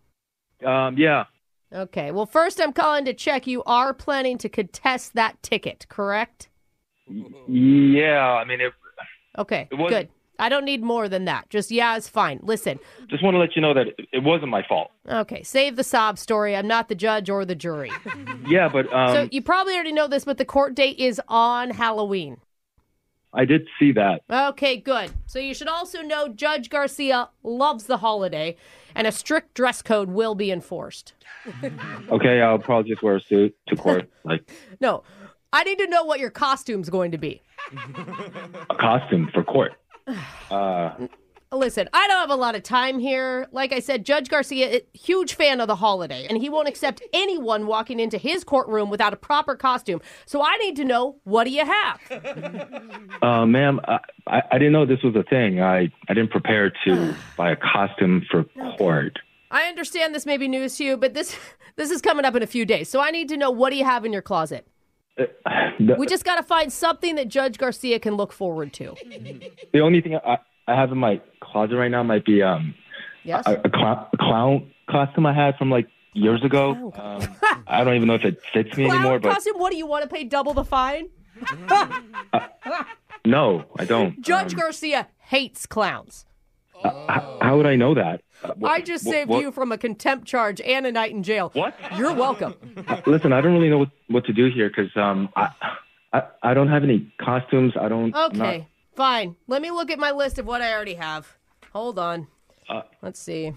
Speaker 14: Um, yeah.
Speaker 2: Okay, well, first I'm calling to check you are planning to contest that ticket, correct?
Speaker 14: Yeah. I mean, it,
Speaker 2: Okay,
Speaker 14: It was-
Speaker 2: good. I don't need more than that. Just, yeah, it's fine. Listen,
Speaker 14: just want to let you know that it, it wasn't my fault.
Speaker 2: okay, save the sob story. I'm not the judge or the jury.
Speaker 14: Yeah, but um,
Speaker 2: so you probably already know this, but the court date is on Halloween.
Speaker 14: I did see that.
Speaker 2: Okay, good. So you should also know Judge Garcia loves the holiday, and a strict dress code will be enforced.
Speaker 14: Okay, I'll probably just wear a suit to court, like
Speaker 2: No, I need to know what your costume's going to be.
Speaker 14: a costume for court. Uh,
Speaker 2: Listen, I don't have a lot of time here. Like I said, Judge Garcia, i- huge fan of the holiday, and he won't accept anyone walking into his courtroom without a proper costume. So I need to know what do you have?
Speaker 14: uh, ma'am, I, I, I didn't know this was a thing. I, I didn't prepare to buy a costume for court.
Speaker 2: I understand this may be news to you, but this this is coming up in a few days. So I need to know what do you have in your closet?
Speaker 14: the,
Speaker 2: We just got to find something that Judge Garcia can look forward to.
Speaker 14: the only thing I, I have in my closet right now might be um
Speaker 2: Yes.
Speaker 14: a, a, clown a clown costume I had from like years ago. Um, I don't even know if it fits me anymore, but
Speaker 2: Oh, Costume, what do you want to pay double the fine?
Speaker 14: no, I don't.
Speaker 2: Judge
Speaker 14: Um,
Speaker 2: Garcia hates clowns.
Speaker 14: h- how would I know that? Uh, wh-
Speaker 2: I just
Speaker 14: wh-
Speaker 2: saved
Speaker 14: wh-
Speaker 2: you from a contempt charge and a night in jail. What? You're welcome.
Speaker 14: Listen, I don't really know what, what to do here because um, I, I I don't have any costumes. I don't.
Speaker 2: Okay,
Speaker 14: not-
Speaker 2: fine. Let me look at my list of what I already have. Hold on.
Speaker 14: Uh,
Speaker 2: Let's see.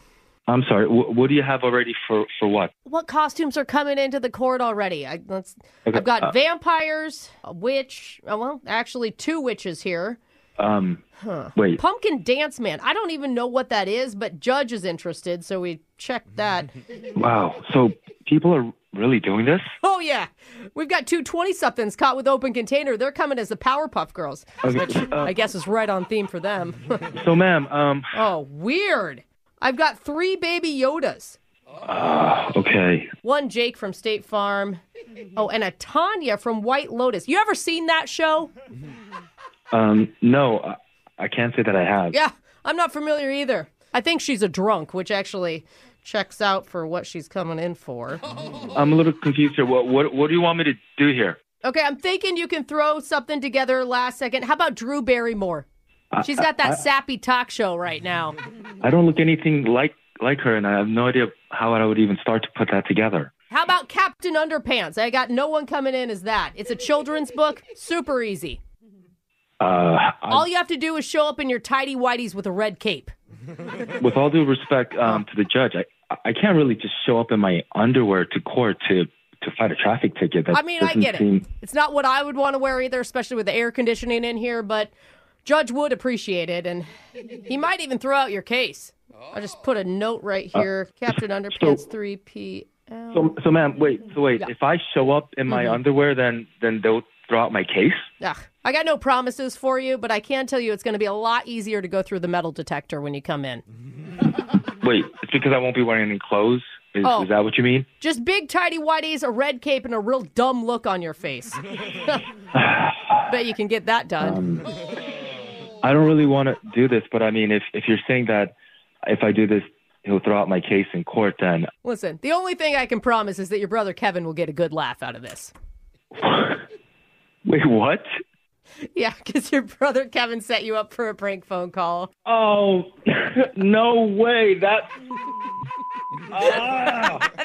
Speaker 14: I'm sorry. Wh- what do you have already for for what?
Speaker 2: What costumes are coming into the court already? I, let's,
Speaker 14: Okay,
Speaker 2: I've got
Speaker 14: uh,
Speaker 2: vampires, a witch. Oh, well, actually, two witches here.
Speaker 14: Um,
Speaker 2: Huh.
Speaker 14: Wait.
Speaker 2: Pumpkin Dance Man. I don't even know what that is, but Judge is interested, so we checked that.
Speaker 14: wow. So people are really doing this?
Speaker 2: Oh, yeah. We've got two 20 somethings caught with open container. They're coming as the Powerpuff Girls,
Speaker 14: Okay,
Speaker 2: which
Speaker 14: uh,
Speaker 2: I guess is right on theme for them.
Speaker 14: So, ma'am. Um.
Speaker 2: oh, weird. I've got three baby Yodas.
Speaker 14: ah, okay.
Speaker 2: One Jake from State Farm. Oh, and a Tanya from White Lotus. You ever seen that show?
Speaker 14: Um. No, I, I can't say that I have.
Speaker 2: Yeah, I'm not familiar either. I think she's a drunk, which actually checks out for what she's coming in for.
Speaker 14: I'm a little confused here. What what what do you want me to do here?
Speaker 2: Okay, I'm thinking you can throw something together last second. How about Drew Barrymore?
Speaker 14: I-
Speaker 2: She's got that
Speaker 14: Uh, I-
Speaker 2: sappy talk show right now.
Speaker 14: I don't look anything like like her, and I have no idea how I would even start to put that together.
Speaker 2: How about Captain Underpants? I got no one coming in as that. It's a children's book, super easy.
Speaker 14: Uh,
Speaker 2: All you have to do is show up in your tidy whities with a red cape.
Speaker 14: with all due respect um, to the judge, I I can't really just show up in my underwear to court to to fight a traffic ticket. That
Speaker 2: I mean, I
Speaker 14: doesn't
Speaker 2: get it.
Speaker 14: seem-
Speaker 2: It's not what I would want to wear either, especially with the air conditioning in here, but Judge would appreciate it, and he might even throw out your case. I'll just put a note right
Speaker 14: Uh,
Speaker 2: here Captain Underpants 3 PL.
Speaker 14: So, so, ma'am, wait. So, wait.
Speaker 2: Yeah.
Speaker 14: If I show up in my
Speaker 2: Mhm.
Speaker 14: underwear, then then they'll throw out my case.
Speaker 2: Ugh, I got no promises for you, but I can tell you it's going to be a lot easier to go through the metal detector when you come in.
Speaker 14: Wait, it's because I won't be wearing any clothes. Is,
Speaker 2: Oh.
Speaker 14: is that what you mean?
Speaker 2: Just big, tidy whities, a red cape, and a real dumb look on your face. Bet you can get that done.
Speaker 14: Um, I don't really want to do this, but I mean, if if you're saying that if I do this, he'll throw out my case in court, then
Speaker 2: Listen, the only thing I can promise is that your brother Kevin will get a good laugh out of this.
Speaker 14: wait, what?
Speaker 2: Yeah, because your brother Kevin set you up for a prank phone call.
Speaker 14: Oh, no way! That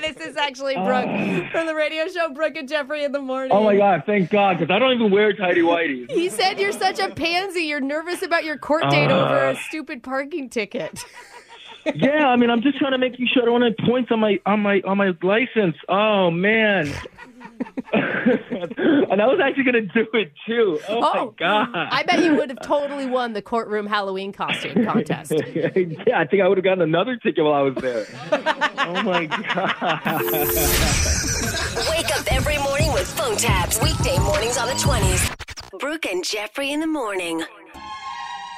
Speaker 2: this is actually Brooke from the radio show Brooke and Jeffrey in the morning.
Speaker 14: oh my god! Thank God, because I don't even wear tidy whities.
Speaker 2: He said you're such a pansy. You're nervous about your court date
Speaker 14: Uh.
Speaker 2: over a stupid parking ticket.
Speaker 14: yeah, I mean, I'm just trying to make you sure I don't want any points on my on my on my license. Oh man. and I was actually gonna do it too. Oh, my god!
Speaker 2: I bet you would have totally won the courtroom Halloween costume contest.
Speaker 14: yeah, I think I would have gotten another ticket while I was there. oh my god!
Speaker 8: Wake up every morning with phone tabs. Weekday mornings on the 20s. Brooke and Jeffrey in the morning.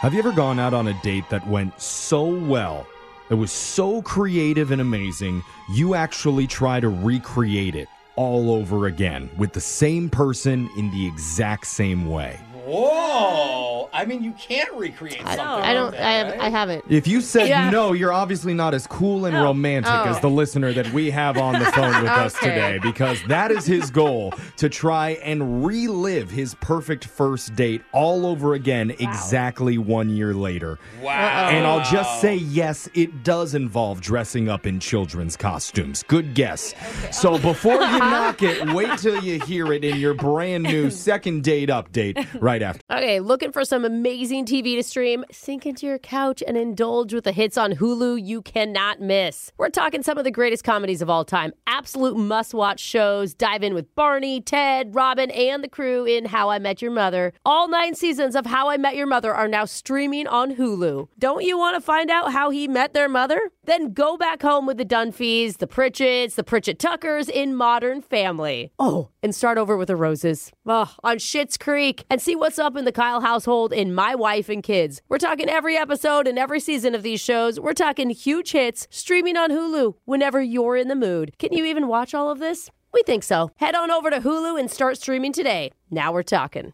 Speaker 3: Have you ever gone out on a date that went so well? It was so creative and amazing, you actually try to recreate it all over again with the same person in the exact same way.
Speaker 5: Whoa! Oh, I mean, you can't recreate something.
Speaker 2: I don't. I, have, I haven't.
Speaker 3: If you said
Speaker 2: Yeah.
Speaker 3: no, you're obviously not as cool and romantic
Speaker 2: Oh.
Speaker 3: as the listener that we have on the phone with us
Speaker 2: Okay.
Speaker 3: today because that is his goal to try and relive his perfect first date all over again exactly one year later.
Speaker 5: Wow.
Speaker 3: And I'll just say yes, it does involve dressing up in children's costumes. Good guess. So before you knock it, wait till you hear it in your brand new second date update right after.
Speaker 2: Okay, looking for some amazing TV to stream? Sink into your couch and indulge with the hits on Hulu you cannot miss. We're talking some of the greatest comedies of all time, absolute must watch shows. Dive in with Barney, Ted, Robin, and the crew in How I Met Your Mother. All nine seasons of How I Met Your Mother are now streaming on Hulu. Don't you want to find out how he met their mother? Then go back home with the Dunphys, the Pritchett's, the Pritchett Tuckers in Modern Family. Oh, and start over with the Roses. Oh, on Schitt's Creek and see what's up in the Kyle household in My Wife and Kids. We're talking every episode and every season of these shows. We're talking huge hits streaming on Hulu whenever you're in the mood. Can you even watch all of this? We think so. Head on over to Hulu and start streaming today. Now we're talking.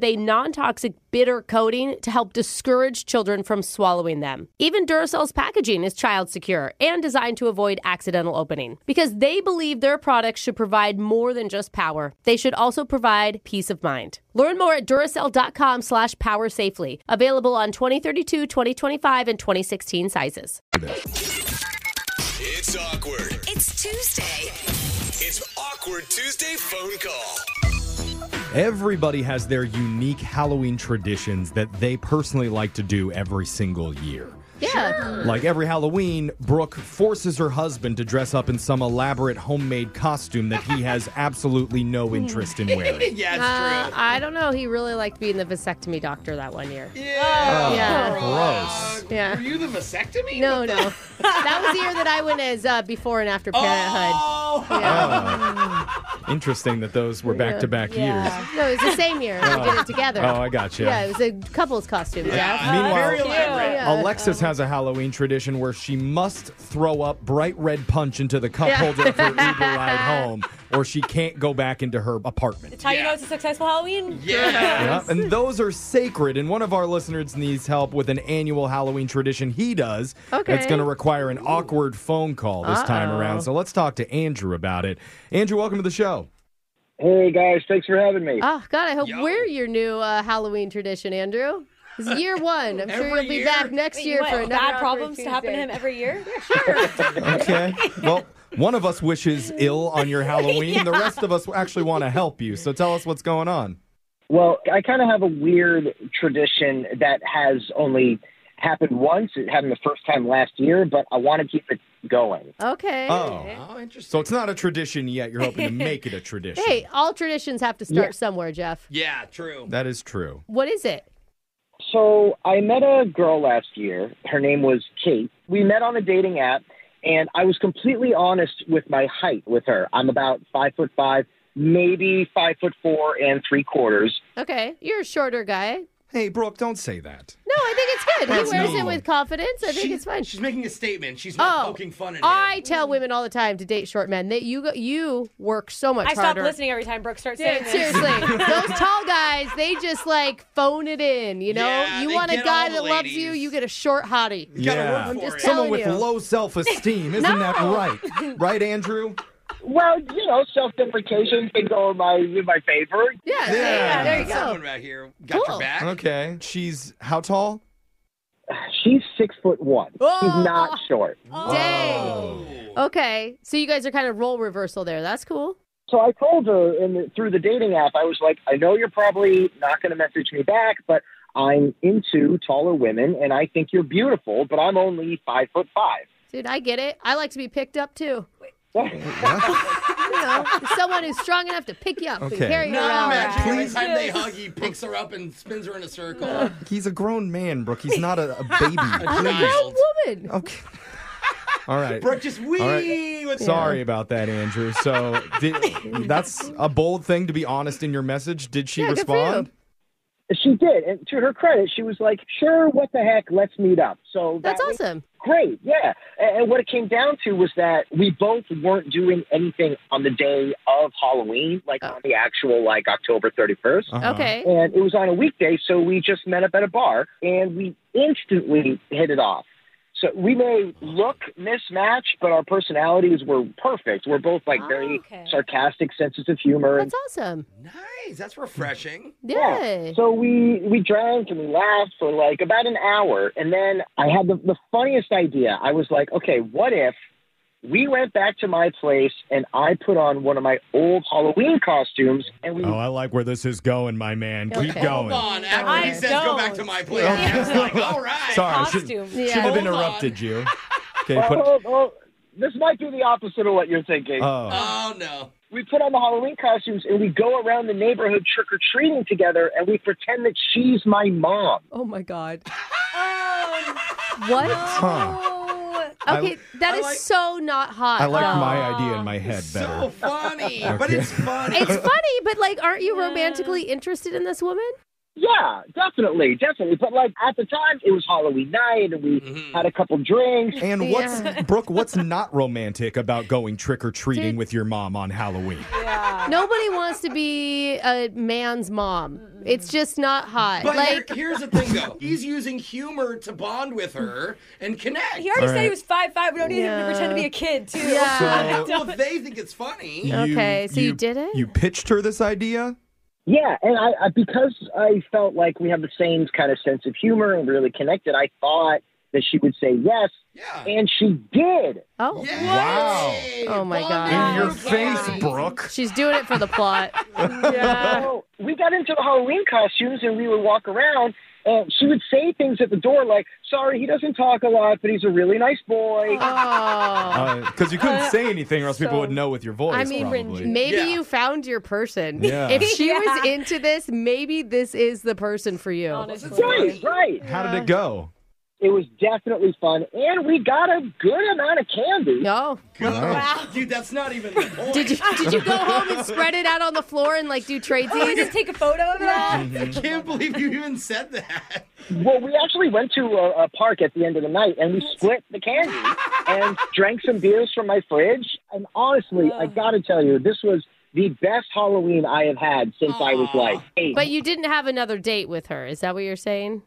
Speaker 2: a non toxic bitter coating to help discourage children from swallowing them. Even Duracell's packaging is child secure and designed to avoid accidental opening because they believe their products should provide more than just power. They should also provide peace of mind. Learn more at Duracell.com slash power safely. Available on 2032, 2025, and 2016 sizes.
Speaker 15: It's awkward.
Speaker 8: It's Tuesday.
Speaker 15: It's awkward Tuesday phone call.
Speaker 3: Everybody has their unique Halloween traditions that they personally like to do every single year.
Speaker 2: Yeah.
Speaker 3: Like every Halloween, Brooke forces her husband to dress up in some elaborate homemade costume that he has absolutely no interest in wearing.
Speaker 2: yeah,
Speaker 3: it's
Speaker 2: true. Uh, I don't know. He really liked being the vasectomy doctor that one year.
Speaker 3: Oh,
Speaker 2: yeah.
Speaker 3: Gross.
Speaker 2: Yeah.
Speaker 5: Were you the vasectomy?
Speaker 2: No, no. that was the year that I went as uh, before and after parenthood. Oh,
Speaker 3: Interesting that those Ah. were back to back years.
Speaker 2: No, it was the same year.
Speaker 3: Oh.
Speaker 2: We did it together.
Speaker 3: Oh, I gotcha.
Speaker 2: Yeah, it was a couple's costume.
Speaker 3: Yeah.
Speaker 2: Jeff.
Speaker 3: Meanwhile,
Speaker 2: Yeah.
Speaker 3: Alexis has a Halloween tradition where she must throw up bright red punch into the cup
Speaker 1: Yeah.
Speaker 3: holder of her Uber ride home, or she can't go back into her apartment.
Speaker 1: It's how you know it's a successful Halloween.
Speaker 3: Yeah, and those are sacred. And one of our listeners needs help with an annual Halloween tradition he does.
Speaker 16: Okay.
Speaker 3: It's going to require an awkward phone call this time
Speaker 16: Uh-oh.
Speaker 3: around. So let's talk to Andrew about it. Andrew, welcome to the show.
Speaker 16: Hey guys, thanks for having me.
Speaker 2: Oh God, I hope we're your new uh, Halloween tradition, Andrew. This is year one. I'm sure
Speaker 1: Every
Speaker 2: you'll be
Speaker 1: year?
Speaker 2: back next
Speaker 1: Wait,
Speaker 2: year
Speaker 1: what,
Speaker 2: for another
Speaker 1: bad
Speaker 2: Awkward
Speaker 1: problems to happen to
Speaker 2: Tuesday.
Speaker 1: him every year.
Speaker 3: Okay. well, one of us wishes ill on your Halloween. The rest of us actually want to help you. So tell us what's going on.
Speaker 16: Well, I kind of have a weird tradition that has only happened once. It happened the first time last year, but I want to keep it going.
Speaker 2: Okay.
Speaker 3: Oh. So it's not a tradition yet. You're hoping to make it a tradition.
Speaker 2: Hey, all traditions have to start
Speaker 16: Yeah.
Speaker 2: somewhere, Jeff.
Speaker 16: Yeah, true.
Speaker 3: That is true.
Speaker 2: What is it?
Speaker 16: So I met a girl last year. Her name was Kate. We met on a dating app, and I was completely honest with my height with her. I'm about five foot five, maybe five foot four and three quarters.
Speaker 2: Okay, you're a shorter guy.
Speaker 3: Hey, Brooke, don't say that.
Speaker 2: No, I think it's good.
Speaker 16: That's
Speaker 2: he wears it
Speaker 16: normal.
Speaker 2: with confidence. I think
Speaker 16: She-
Speaker 2: it's fine. Oh.
Speaker 5: She's making a statement. She's not poking fun at him.
Speaker 2: I tell women all the time to date short men. That you go- you work so much
Speaker 1: I stop
Speaker 2: harder.
Speaker 1: listening every time Brooke starts
Speaker 2: Dude,
Speaker 1: saying this.
Speaker 2: seriously, those tall guys, they just like phone it in, you know?
Speaker 3: Yeah,
Speaker 2: you
Speaker 3: they
Speaker 2: want a
Speaker 3: get
Speaker 2: guy
Speaker 3: all the
Speaker 2: that loves you, you get a short hottie.
Speaker 3: Yeah,
Speaker 2: I'm just
Speaker 3: someone
Speaker 2: telling
Speaker 3: with
Speaker 2: you.
Speaker 3: low self-esteem, isn't that
Speaker 2: No.
Speaker 3: right? Right, Andrew?
Speaker 16: Well, you know, self-deprecation's been going my in my favor.
Speaker 2: Yeah,
Speaker 3: Yeah. there you go.
Speaker 5: Someone right here got
Speaker 16: Cool.
Speaker 5: your back.
Speaker 3: Okay. She's how tall?
Speaker 16: she's six foot one.
Speaker 2: Oh.
Speaker 16: She's not short.
Speaker 2: Dang. Okay. So you guys are kind of role reversal there. That's cool.
Speaker 16: So I told her in the, through the dating app, I was like, I know you're probably not going to message me back, but I'm into taller women and I think you're beautiful, but I'm only five foot five.
Speaker 2: Dude, I get it. I like to be picked up too. You know, someone who's strong enough to pick you up and
Speaker 3: Okay.
Speaker 2: carry you
Speaker 5: No,
Speaker 2: around.
Speaker 5: imagine every time they hug, he picks her up and spins her in a circle.
Speaker 3: He's a grown man, Brooke. He's not a, a baby.
Speaker 5: A
Speaker 3: Please.
Speaker 5: child.
Speaker 2: woman.
Speaker 3: Okay. All right.
Speaker 5: Brooke just
Speaker 3: All right.
Speaker 5: wee with-
Speaker 3: Sorry about that, Andrew. So did, that's a bold thing to be honest in your message. Did she
Speaker 16: Yeah, good for you.
Speaker 3: respond?
Speaker 16: She did, and to her credit, she was like, "Sure, what the heck? Let's meet up." So that
Speaker 2: That's
Speaker 16: was
Speaker 2: awesome.
Speaker 16: Great, yeah. And, and what it came down to was that we both weren't doing anything on the day of Halloween, like on the actual like October 31st
Speaker 2: Uh-huh. Oh. Okay.
Speaker 16: And it was on a weekday, so we just met up at a bar, and we instantly hit it off. So we may look mismatched, but our personalities were perfect. We're both like very sarcastic senses of humor. and
Speaker 2: Ah, That's awesome.
Speaker 5: Nice. That's refreshing.
Speaker 16: yeah. So we we drank and we laughed for like about an hour, and then I had the, the funniest idea. I was like, okay, what if we went back to my place and I put on one of my old Halloween costumes and we
Speaker 3: Oh, I like where this is going, my man. Keep
Speaker 5: Okay.
Speaker 3: going.
Speaker 5: Hold on. After he says, go back to my place.
Speaker 3: Okay.
Speaker 5: I was like, all right.
Speaker 3: Sorry, should, should have
Speaker 5: Hold on.
Speaker 3: interrupted you. Okay,
Speaker 16: Oh,
Speaker 3: put
Speaker 16: oh, oh, this might be the opposite of what you're thinking.
Speaker 3: Oh.
Speaker 5: no.
Speaker 16: We put on the Halloween costumes and we go around the neighborhood trick or treating together and we pretend that she's my mom.
Speaker 2: Oh my god. What?
Speaker 3: I-
Speaker 2: Okay, that is so not hot.
Speaker 3: I like
Speaker 2: though.
Speaker 3: my idea in my head better.
Speaker 5: Oh, funny,
Speaker 3: but it's
Speaker 5: funny.
Speaker 2: It's funny, but like, aren't you romantically interested in this woman?
Speaker 16: Yeah, definitely, definitely. But like at the time, it was Halloween night and we had a couple drinks.
Speaker 3: And what's Brooke? What's not romantic about going trick or treating with your mom on Halloween?
Speaker 2: Nobody wants to be a man's mom. It's just not hot.
Speaker 5: But
Speaker 2: like,
Speaker 5: here- here's the thing, though. He's using humor to bond with her and connect.
Speaker 1: He
Speaker 3: All
Speaker 1: already said
Speaker 3: right.
Speaker 1: he was five five. We don't need him to
Speaker 2: Yeah.
Speaker 1: pretend to be a kid too.
Speaker 3: Yeah.
Speaker 5: well, if they think it's funny.
Speaker 3: You-
Speaker 2: did it?
Speaker 3: You pitched her this idea?
Speaker 16: Yeah, and I, I because I felt like we have the same kind of sense of humor and really connected, I thought that she would say yes, and she did.
Speaker 2: Oh,
Speaker 3: Wow.
Speaker 2: Oh my god.
Speaker 3: In your face, Brooke.
Speaker 2: She's doing it for the plot.
Speaker 16: So we got into the Halloween costumes and we would walk around and she would say things at the door like, sorry, he doesn't talk a lot, but he's a really nice boy.
Speaker 2: Oh.
Speaker 3: Because Uh, you couldn't
Speaker 2: Uh,
Speaker 3: say anything, or else people would know with your voice.
Speaker 2: I mean,
Speaker 3: probably.
Speaker 2: maybe you found your person.
Speaker 3: Yeah.
Speaker 2: If she
Speaker 1: Yeah.
Speaker 2: was into this, maybe this is the person for you.
Speaker 16: Right, right.
Speaker 3: How did it go?
Speaker 16: It was definitely fun and we got a good amount of candy.
Speaker 2: No.
Speaker 5: Wow. Dude, that's not even the point.
Speaker 2: Did you did you go home and spread it out on the floor and like do tradesies?
Speaker 5: Oh, just
Speaker 2: take a photo of
Speaker 5: I
Speaker 3: Mm-hmm.
Speaker 5: can't believe you even said that.
Speaker 16: Well, we actually went to a, a park at the end of the night and we split the candy and drank some beers from my fridge. And honestly, I got to tell you, this was the best Halloween I have had since I was like eight.
Speaker 2: But you didn't have another date with her. Is that what you're saying?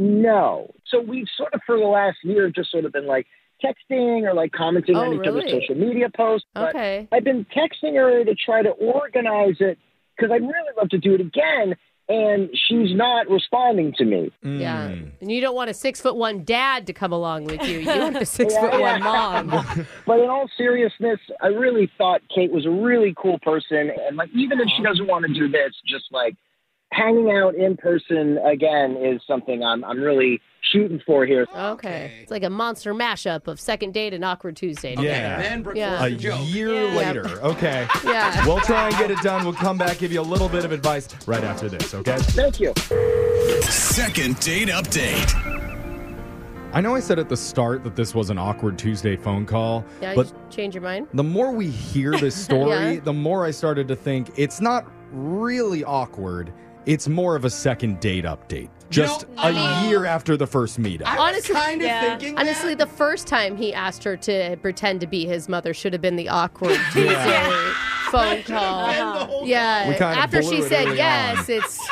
Speaker 16: No. So we've sort of for the last year just sort of been like texting or like commenting
Speaker 2: Oh,
Speaker 16: on each other's
Speaker 2: really?
Speaker 16: social media posts. But
Speaker 2: Okay.
Speaker 16: I've been texting her to try to organize it because I'd really love to do it again. And she's not responding to me.
Speaker 2: Mm. Yeah. And you don't want a six foot one dad to come along with you. You want a six foot
Speaker 16: Yeah.
Speaker 2: one mom.
Speaker 16: But in all seriousness, I really thought Kate was a really cool person. And like, even if
Speaker 2: Uh-huh.
Speaker 16: she doesn't want to do this, just like hanging out in person again is something I'm, I'm really shooting for here.
Speaker 2: Okay. It's like a monster mashup of second date and awkward Tuesday.
Speaker 3: Yeah.
Speaker 5: then Brooke
Speaker 2: Yeah.
Speaker 3: A year
Speaker 2: Yeah.
Speaker 3: later. Okay.
Speaker 2: Yeah.
Speaker 3: We'll try and get it done. We'll come back, give you a little bit of advice right after this, okay?
Speaker 16: Thank you.
Speaker 15: Second date update.
Speaker 3: I know I said at the start that this was an awkward Tuesday phone call,
Speaker 2: Yeah,
Speaker 3: but
Speaker 2: you change your mind.
Speaker 3: the more we hear this story,
Speaker 2: Yeah.
Speaker 3: the more I started to think it's not really awkward. It's more of a second date update. Just a year after the first meetup.
Speaker 2: honestly,
Speaker 5: kinda thinking
Speaker 2: honestly, the first time he asked her to pretend to be his mother should have been the awkward Tuesday phone call. Yeah,
Speaker 3: We kinda
Speaker 2: after she
Speaker 3: blew it
Speaker 2: said
Speaker 3: early
Speaker 2: yes,
Speaker 3: on.
Speaker 2: it's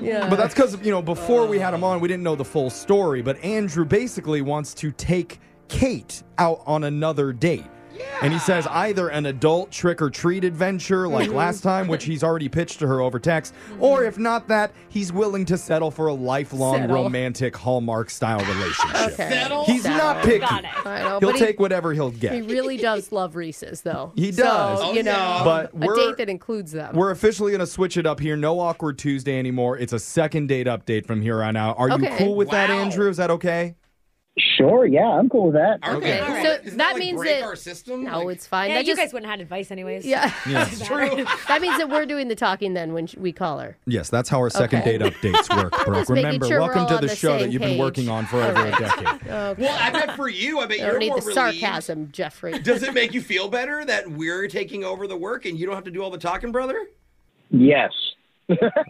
Speaker 2: yeah.
Speaker 3: But that's because, you know, before we had him on, we didn't know the full story. But Andrew basically wants to take Kate out on another date. And he says either an adult trick or treat adventure like
Speaker 2: Mm-hmm.
Speaker 4: Mhm.
Speaker 3: last time, which he's already pitched to her over text, or if not that, he's willing to settle for a lifelong
Speaker 2: Mm-hmm. Settle.
Speaker 3: romantic Hallmark style relationship.
Speaker 2: Okay.
Speaker 3: He's not picky.
Speaker 2: Got it. I know,
Speaker 3: He'll
Speaker 2: but he-
Speaker 3: take whatever he'll get.
Speaker 2: He really does love Reese's, though.
Speaker 3: He
Speaker 2: So,
Speaker 3: does.
Speaker 2: you know,
Speaker 3: But
Speaker 2: a
Speaker 3: we're-
Speaker 2: date that includes them.
Speaker 3: We're officially going to switch it up here. No awkward Tuesday anymore. It's a second date update from here on out. Are you
Speaker 2: Okay.
Speaker 3: cool with that,
Speaker 2: Wow.
Speaker 3: Andrew? Is that okay?
Speaker 16: Sure, yeah, I'm cool with that.
Speaker 2: okay.
Speaker 16: all right.
Speaker 2: So that, means that No, it's fine.
Speaker 1: Yeah,
Speaker 2: that
Speaker 1: you
Speaker 2: just,
Speaker 1: guys wouldn't have had advice anyways.
Speaker 2: Yeah.
Speaker 3: Yeah. That's
Speaker 2: true. that means that we're doing the talking then when sh- we call her.
Speaker 3: Yes, that's how our second
Speaker 2: Okay.
Speaker 3: date updates work, Brooke.
Speaker 2: Just making
Speaker 3: Remember,
Speaker 2: sure we're
Speaker 3: welcome
Speaker 2: all
Speaker 3: to
Speaker 2: on
Speaker 3: the,
Speaker 2: the
Speaker 3: show that
Speaker 2: same
Speaker 3: you've been
Speaker 2: page.
Speaker 3: working on for
Speaker 2: All
Speaker 3: over
Speaker 2: right.
Speaker 3: a decade.
Speaker 2: Okay.
Speaker 5: Well, I bet for you, I bet
Speaker 2: I
Speaker 5: you're
Speaker 2: don't need
Speaker 5: more
Speaker 2: the
Speaker 5: relieved.
Speaker 2: sarcasm, Jeffrey.
Speaker 5: Does it make you feel better that we're taking over the work and you don't have to do all the talking, brother?
Speaker 16: Yes.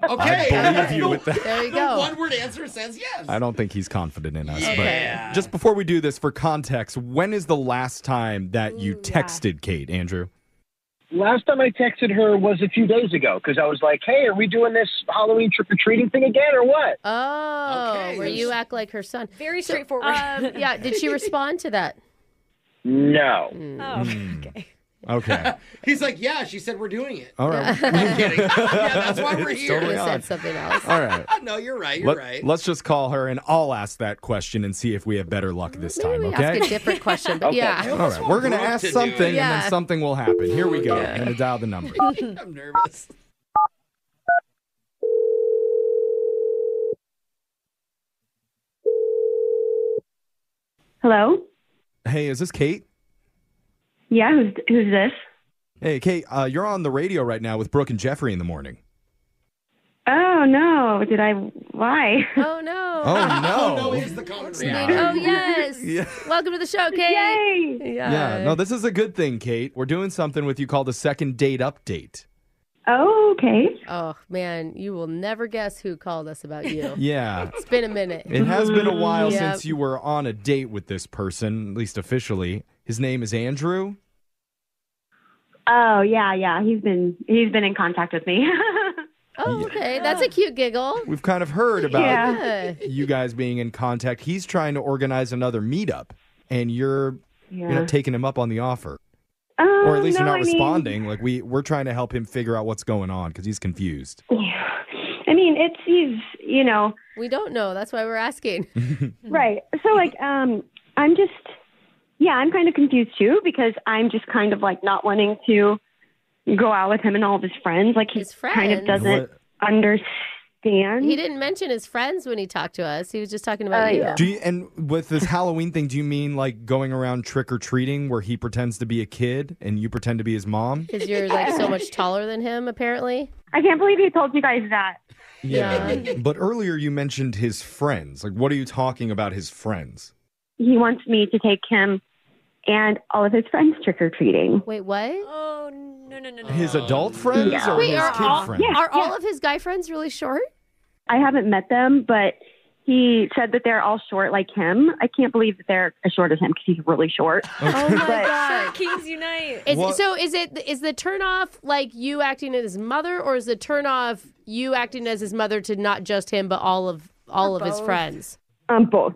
Speaker 5: Okay.
Speaker 3: believe you with that.
Speaker 2: There you
Speaker 5: the
Speaker 2: go.
Speaker 5: one word answer says yes.
Speaker 3: I don't think he's confident in us.
Speaker 5: Yeah.
Speaker 3: But just before we do this, for context, when is the last time that you texted Kate, Andrew?
Speaker 16: Last time I texted her was a few days ago because I was like, hey, are we doing this Halloween trick or treating thing again or what?
Speaker 2: Oh,
Speaker 16: Okay,
Speaker 2: where
Speaker 16: there's-
Speaker 2: you act like her son.
Speaker 1: Very straightforward.
Speaker 2: um, yeah. Did she respond to that?
Speaker 16: No.
Speaker 2: Hmm. Oh,
Speaker 3: okay. Hmm. Okay.
Speaker 5: He's like, yeah, she said we're doing it.
Speaker 3: All right.
Speaker 5: I'm kidding. Yeah, that's why we're
Speaker 3: It's
Speaker 5: here.
Speaker 3: totally
Speaker 5: You
Speaker 3: on.
Speaker 5: said something else.
Speaker 3: All right.
Speaker 5: no, you're right. You're
Speaker 3: Let,
Speaker 5: right.
Speaker 3: us just call her and I'll ask that question and see if we have better luck this time,
Speaker 2: We
Speaker 3: okay?
Speaker 2: ask a different question, but yeah.
Speaker 3: All right. We're going to ask
Speaker 5: eh?
Speaker 3: something and
Speaker 2: Yeah.
Speaker 3: then something will happen. Here we go. I'm going to dial the number.
Speaker 5: I'm nervous.
Speaker 17: Hello?
Speaker 3: Hey, is this Kate?
Speaker 17: Yeah, who's, who's this?
Speaker 3: Hey, Kate, uh, you're on the radio right now with Brooke and Jeffrey in the morning.
Speaker 17: Oh, no. Did I? Why?
Speaker 2: Oh no.
Speaker 3: Oh, no. Oh, no
Speaker 5: is the common
Speaker 2: Oh yes.
Speaker 3: Yeah.
Speaker 2: Welcome to the show, Kate. Yay. Yeah.
Speaker 3: Yeah, no, this is a good thing, Kate. We're doing something with you called a second date update.
Speaker 17: Oh, okay.
Speaker 2: Oh man, you will never guess who called us about you.
Speaker 3: Yeah.
Speaker 2: It's been a minute.
Speaker 3: It has been a while
Speaker 2: Yep.
Speaker 3: since you were on a date with this person, at least officially. His name is Andrew.
Speaker 17: Oh, yeah, yeah. He's been he's been in contact with me.
Speaker 2: Oh, okay. That's a cute giggle.
Speaker 3: We've kind of heard about
Speaker 2: Yeah.
Speaker 3: you guys being in contact. He's trying to organize another meetup, and you're you're
Speaker 17: Yeah.
Speaker 3: not taking him up on the offer,
Speaker 17: Oh,
Speaker 3: or at least
Speaker 17: no,
Speaker 3: you're not
Speaker 17: I mean-
Speaker 3: responding. Like we we're trying to help him figure out what's going on because he's confused.
Speaker 17: Yeah. I mean, it's he's you know
Speaker 2: We don't know. That's why we're asking. Hmm.
Speaker 17: right. So like, um, I'm just yeah, I'm kind of confused too because I'm just kind of like not wanting to go out with him and all of his friends. Like he kind of
Speaker 2: friends?
Speaker 17: doesn't
Speaker 3: What-
Speaker 17: understand.
Speaker 2: He didn't mention his friends when he talked to us. He was just talking about you.
Speaker 3: Do you, and with this Halloween thing, do you mean like going around trick or treating where he pretends to be a kid and you pretend to be his mom?
Speaker 2: Because you're like so much taller than him, apparently.
Speaker 17: I can't believe he told you guys that.
Speaker 2: Yeah.
Speaker 3: but earlier you mentioned his friends. Like, what are you talking about his friends?
Speaker 17: He wants me to take him and all of his friends trick or treating.
Speaker 2: Wait, what?
Speaker 1: Oh no no no. no.
Speaker 3: His adult friends
Speaker 17: Yeah.
Speaker 3: or
Speaker 17: Wait,
Speaker 3: his
Speaker 17: are
Speaker 3: kid
Speaker 17: all-
Speaker 3: friends?
Speaker 17: yeah.
Speaker 2: Are all of his guy friends really short?
Speaker 17: I haven't met them, but he said that they're all short like him. I can't believe that they're as short as him because he's really short.
Speaker 2: Oh my
Speaker 17: But-
Speaker 2: god.
Speaker 1: Kings unite.
Speaker 2: Is,
Speaker 17: What-
Speaker 2: so is it is the turn off like you acting as his mother, or is the turn off you acting as his mother to not just him but all of all of his
Speaker 17: both.
Speaker 2: friends?
Speaker 17: Um, both.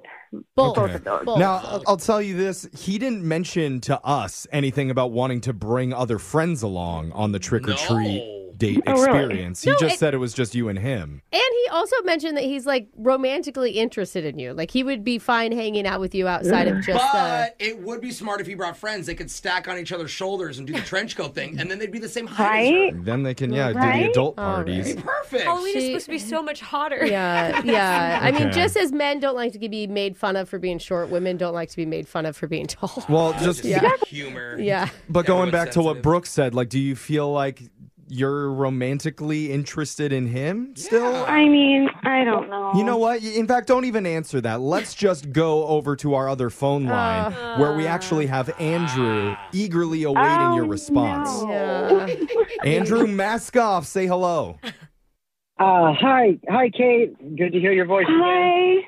Speaker 2: Both.
Speaker 3: Okay.
Speaker 2: Both.
Speaker 3: Now, I'll tell you this. He didn't mention to us anything about wanting to bring other friends along on the trick or treat date
Speaker 2: Oh, really?
Speaker 3: experience.
Speaker 2: No,
Speaker 3: He just
Speaker 2: it-
Speaker 3: said it was just you and him.
Speaker 2: And he also mentioned that he's like romantically interested in you. Like he would be fine hanging out with you outside of
Speaker 3: uh,
Speaker 2: just the.
Speaker 5: but it would be smart if he brought friends. They could stack on each other's shoulders and do the trench coat thing, and then they'd be the same height. as her.
Speaker 3: Then they can, yeah, do
Speaker 5: Right?
Speaker 3: the
Speaker 2: Oh,
Speaker 3: adult
Speaker 5: All right.
Speaker 3: parties.
Speaker 5: Perfect.
Speaker 1: Halloween is supposed to be so much hotter.
Speaker 2: Yeah, yeah. I mean,
Speaker 3: Okay.
Speaker 2: just as men don't like to be made fun of for being short, women don't like to be made fun of for being tall.
Speaker 3: Well, just
Speaker 2: yeah.
Speaker 5: humor.
Speaker 2: Yeah.
Speaker 3: But going back to what Brooke said, like, do you feel like you're romantically interested in him still?
Speaker 2: Oh,
Speaker 17: I mean, I don't know.
Speaker 3: You know what? In fact, don't even answer that. Let's just go over to our other
Speaker 17: Uh,
Speaker 3: phone line where we actually have Andrew eagerly awaiting
Speaker 17: Oh,
Speaker 2: Oh,
Speaker 3: your response. Andrew, mask off. Say hello.
Speaker 16: Uh, hi, hi, Kate. Good to hear your voice.
Speaker 17: Hi.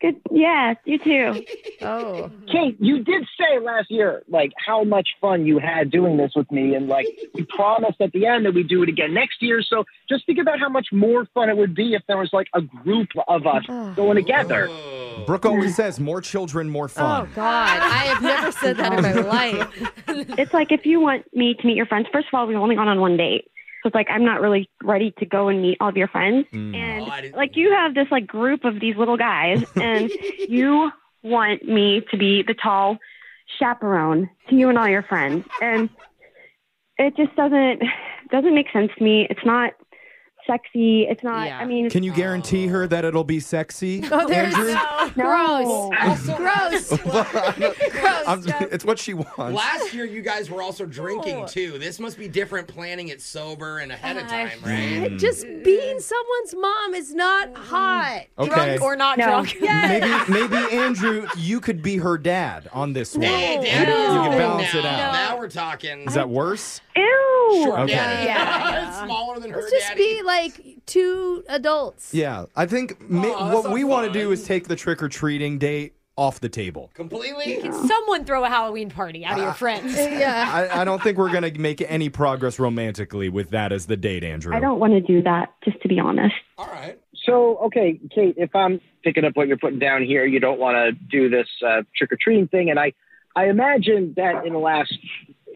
Speaker 17: Good. Yeah, you too.
Speaker 2: Oh.
Speaker 16: Kate, you did say last year, like, how much fun you had doing this with me. And, like, you promised at the end that we'd do it again next year. So just think about how much more fun it would be if there was, like, a group of us
Speaker 3: Oh.
Speaker 16: going together.
Speaker 3: Brooke always says, more children,
Speaker 17: Oh,
Speaker 3: more fun.
Speaker 2: God, I have never said that in my
Speaker 3: Mm.
Speaker 2: life.
Speaker 17: It's like if you want me to meet your friends, first of all, we've only gone on one date. So it's like I'm not really ready to go and meet all of your friends.
Speaker 3: Mm.
Speaker 17: And like you have this like group of these little guys and you want me to be the tall chaperone to you and all your friends. And it just doesn't doesn't make sense to me. It's not sexy. It's not I mean
Speaker 3: Can you guarantee her that it'll be sexy?
Speaker 17: Oh, there's-
Speaker 3: Andrew?
Speaker 17: No.
Speaker 3: Gross.
Speaker 2: Gross.
Speaker 3: I'm- it's what she wants.
Speaker 5: Last year, you guys were also drinking too. This must be different planning it sober and ahead
Speaker 2: Uh,
Speaker 5: of time,
Speaker 3: Mm.
Speaker 5: right?
Speaker 2: Just being someone's mom is not hot.
Speaker 3: Okay. Drunk or
Speaker 2: not drunk.
Speaker 3: Maybe, maybe Andrew, you could be her dad on this one.
Speaker 5: Hey,
Speaker 3: You
Speaker 5: Dad,
Speaker 3: can- you
Speaker 5: no.
Speaker 3: can balance it
Speaker 5: Now,
Speaker 3: out.
Speaker 5: now we're talking.
Speaker 3: Is that worse?
Speaker 17: Ew.
Speaker 3: Sure, Okay.
Speaker 5: daddy.
Speaker 2: Yeah.
Speaker 5: Smaller than her
Speaker 2: Let's just
Speaker 5: daddy.
Speaker 2: be like two adults.
Speaker 3: Yeah, I think ma-
Speaker 2: Aw,
Speaker 3: what
Speaker 2: so
Speaker 3: we want to do is take the trick or treating date off the table.
Speaker 5: Completely.
Speaker 18: Can someone throw a Halloween party out of
Speaker 3: Uh,
Speaker 18: your friends? yeah.
Speaker 3: I, I don't think we're going to make any progress romantically with that as the date, Andrew.
Speaker 17: I don't want to do that, just to be honest.
Speaker 16: So, okay, Kate, if I'm picking up what you're putting down here, you don't want to do this uh, trick or treating thing. And I, I imagine that in the last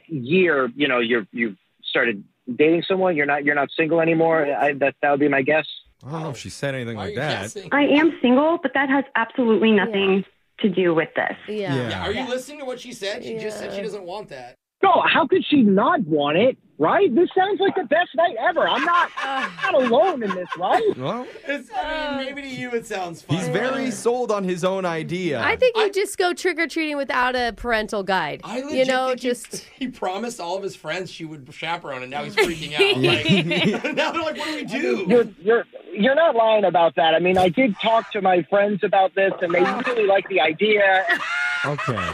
Speaker 16: year, you know, you're, you've started dating someone. You're not, you're not single anymore. I, that, that would be my guess.
Speaker 3: I don't know if she said anything like that.
Speaker 17: I am single, but that has absolutely nothing to do with this.
Speaker 2: Yeah.
Speaker 5: Are you listening to what she said? She just said she doesn't want that.
Speaker 16: No, how could she not want it? Right? This sounds like the best night ever. I'm not, I'm not alone in this, right?
Speaker 3: Well,
Speaker 5: It's, I mean, maybe to you it sounds fun.
Speaker 3: he's very sold on his own idea.
Speaker 2: I think you just go trick or treating without a parental guide.
Speaker 5: I legit
Speaker 2: you know,
Speaker 5: think
Speaker 2: just
Speaker 5: he, he promised all of his friends she would chaperone, and now he's freaking out.
Speaker 2: Yeah.
Speaker 5: Like, now they're like, "What do we do?"
Speaker 16: You're, you're, you're not lying about that. I mean, I did talk to my friends about this, and they really like the idea.
Speaker 3: Okay.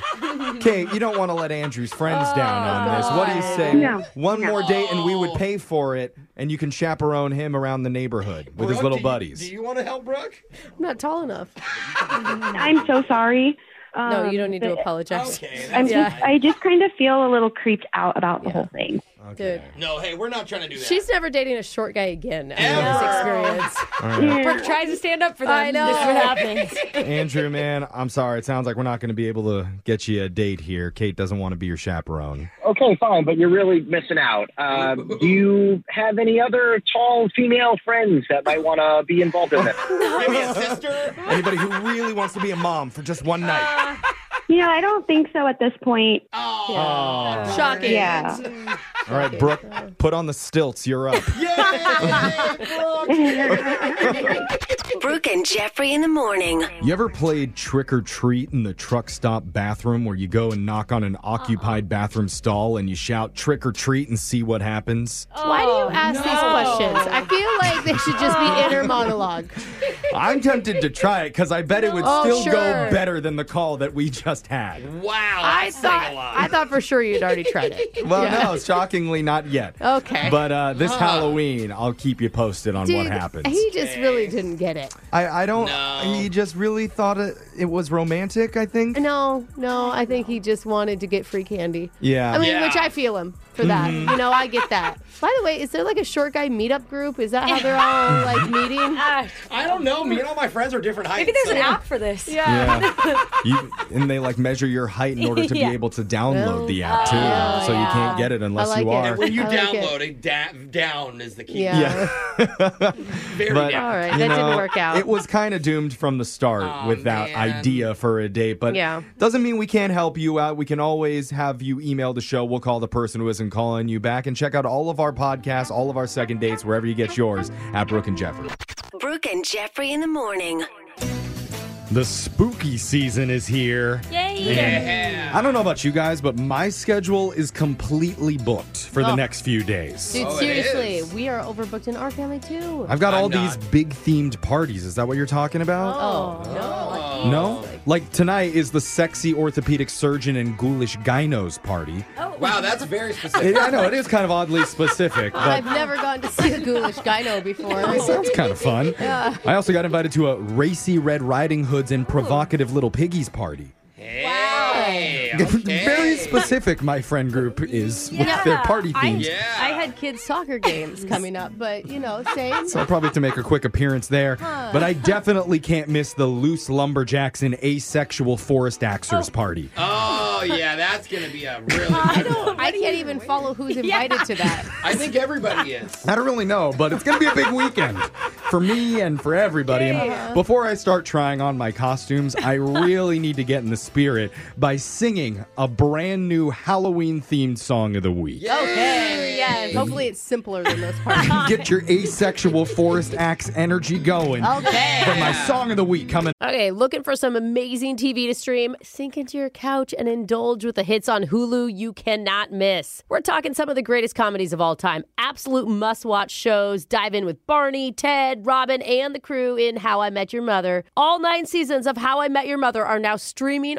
Speaker 3: Kate, you don't want to let Andrew's friends down on this. What do you say?
Speaker 16: No.
Speaker 3: One more date and we would pay for it, and you can chaperone him around the neighborhood with his little buddies.
Speaker 5: you want to help Brooke?
Speaker 2: I'm not tall enough.
Speaker 17: I'm so sorry. Um,
Speaker 2: No, you don't need to
Speaker 17: but
Speaker 2: apologize.
Speaker 5: Okay,
Speaker 17: I'm
Speaker 5: that's
Speaker 17: just, I just kind of feel a little creeped out about the whole thing.
Speaker 2: Dude.
Speaker 5: No, hey, we're not trying to do that.
Speaker 2: She's never dating a short guy again after this experience.
Speaker 3: Alright.
Speaker 18: Brooke tries to stand up for them.
Speaker 2: I know.
Speaker 18: This is what happens.
Speaker 3: Andrew, man, I'm sorry. It sounds like we're not going to be able to get you a date here. Kate doesn't want to be your chaperone.
Speaker 16: Okay, fine, but you're really missing out. Uh, do you have any other tall female friends that might want to be involved in this?
Speaker 5: Maybe a sister?
Speaker 3: Anybody who really wants to be a mom for just one night.
Speaker 17: You know, I don't think so at this point.
Speaker 3: Aw.
Speaker 2: Shocking.
Speaker 17: Yeah.
Speaker 3: All right, Brooke, put on the stilts. You're up.
Speaker 8: Brooke and Jeffrey in the morning.
Speaker 3: You ever played trick or treat in the truck stop bathroom where you go and knock on an
Speaker 2: Uh-uh.
Speaker 3: occupied bathroom stall and you shout trick or treat and see what happens?
Speaker 2: Why do you ask these questions? I feel like they should just be inner monologue.
Speaker 3: I'm tempted to try it because I bet it would
Speaker 2: Oh,
Speaker 3: still go
Speaker 2: sure.
Speaker 3: better than the call that we just had.
Speaker 5: Wow.
Speaker 2: I thought I thought for sure you'd already tried it.
Speaker 3: Well,
Speaker 2: Yeah.
Speaker 3: no, shockingly, not yet.
Speaker 2: Okay.
Speaker 3: But uh, this
Speaker 2: Huh.
Speaker 3: Halloween, I'll keep you posted on what
Speaker 2: Dude,
Speaker 3: happens.
Speaker 2: He just really didn't get it.
Speaker 3: I, I don't. He just really thought it, it was romantic, I think.
Speaker 2: No, no, I think he just wanted to get free candy.
Speaker 3: Yeah.
Speaker 2: I mean,
Speaker 3: Yeah.
Speaker 2: which I feel him for that.
Speaker 3: Mhm.
Speaker 2: You know, I get that. By the way, is there like a short guy meetup group? Is that how they're all like meeting?
Speaker 5: I don't know. Me and all my friends are different heights.
Speaker 18: Maybe there's an
Speaker 5: so-
Speaker 18: app for this.
Speaker 3: Yeah. You, and they like measure your height in order to
Speaker 18: Yeah.
Speaker 3: be able to download the app too. so you can't get it unless you are.
Speaker 5: And when you
Speaker 2: I Oh, like it.
Speaker 5: download it, da- down is the key.
Speaker 2: Yeah.
Speaker 5: Very
Speaker 3: But,
Speaker 5: down.
Speaker 2: All right,
Speaker 3: you
Speaker 2: that didn't
Speaker 3: know,
Speaker 2: work out.
Speaker 3: It was kind of doomed from the start
Speaker 5: Oh,
Speaker 3: with that idea for a date, but
Speaker 2: Yeah.
Speaker 3: doesn't mean we can't help you out. We can always have you email the show. We'll call the person who isn't calling you back and check out all of our podcasts, all of our second dates, wherever you get yours at Brooke and Jeffrey.
Speaker 8: Brooke and Jeffrey in the morning.
Speaker 3: The spooky season is here.
Speaker 8: Yay.
Speaker 3: And I don't know about you guys, but my schedule is completely booked for the
Speaker 2: Oh.
Speaker 3: next few days.
Speaker 5: Oh,
Speaker 2: Dude, seriously, we are overbooked in our family too.
Speaker 3: I've got all these big themed parties. Is that what you're talking about?
Speaker 2: Oh, no.
Speaker 3: No? Like tonight is the sexy orthopedic surgeon and ghoulish gyno's party.
Speaker 5: Oh. Wow, that's very specific.
Speaker 3: It- I know it is kind of oddly specific, but
Speaker 18: I've never gone to see a ghoulish gyno before.
Speaker 3: it sounds kind of fun.
Speaker 18: Yeah.
Speaker 3: I also got invited to a racy Red Riding Hoods and provocative little piggies party.
Speaker 5: Hey, okay.
Speaker 3: Very specific, my friend group is with their party
Speaker 18: I,
Speaker 3: themes.
Speaker 18: I had kids' soccer games coming up, but you know, same.
Speaker 3: So I'll probably have to make a quick appearance there.
Speaker 18: Huh.
Speaker 3: But I definitely can't miss the loose lumberjacks and asexual forest axers party.
Speaker 5: Oh yeah, that's gonna be a really.
Speaker 18: I don't. I can't even follow who's invited to that.
Speaker 5: I think everybody is.
Speaker 3: I don't really know, but it's going to be a big weekend for me and for everybody. And
Speaker 5: Yeah.
Speaker 3: before I start trying on my costumes, I really need to get in the spirit by singing a brand new Halloween themed song of the week.
Speaker 18: Okay. Yes. Hopefully, it's simpler than those parties.
Speaker 3: Get your asexual forest axe energy going.
Speaker 2: Okay.
Speaker 3: For my song of the week coming
Speaker 2: Okay, looking for some amazing TV to stream? Sink into your couch and indulge with the hits on Hulu you cannot miss. We're talking some of the greatest comedies of all time, absolute must watch shows. Dive in with Barney, Ted, Robin, and the crew in How I Met Your Mother. All nine seasons of How I Met Your Mother are now streaming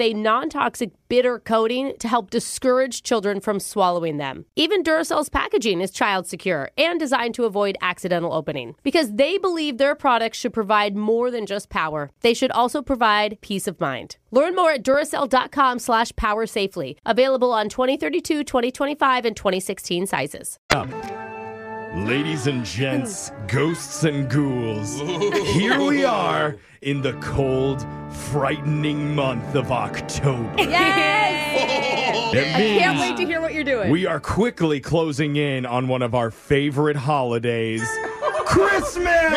Speaker 2: a non toxic bitter coating to help discourage children from swallowing them. Even Duracell's packaging is child secure and designed to avoid accidental opening because they believe their products should provide more than just power. They should also provide peace of mind. Learn more at Duracell.com slash power safely. Available on 2032, 2025, and 2016 sizes.
Speaker 3: up. Ladies and gents, ghosts and ghouls, here we are in the cold, frightening month of October.
Speaker 18: Yes.
Speaker 3: That
Speaker 18: I can't
Speaker 3: means
Speaker 18: wait to hear what you're doing.
Speaker 3: We are quickly closing in on one of our favorite holidays. Christmas.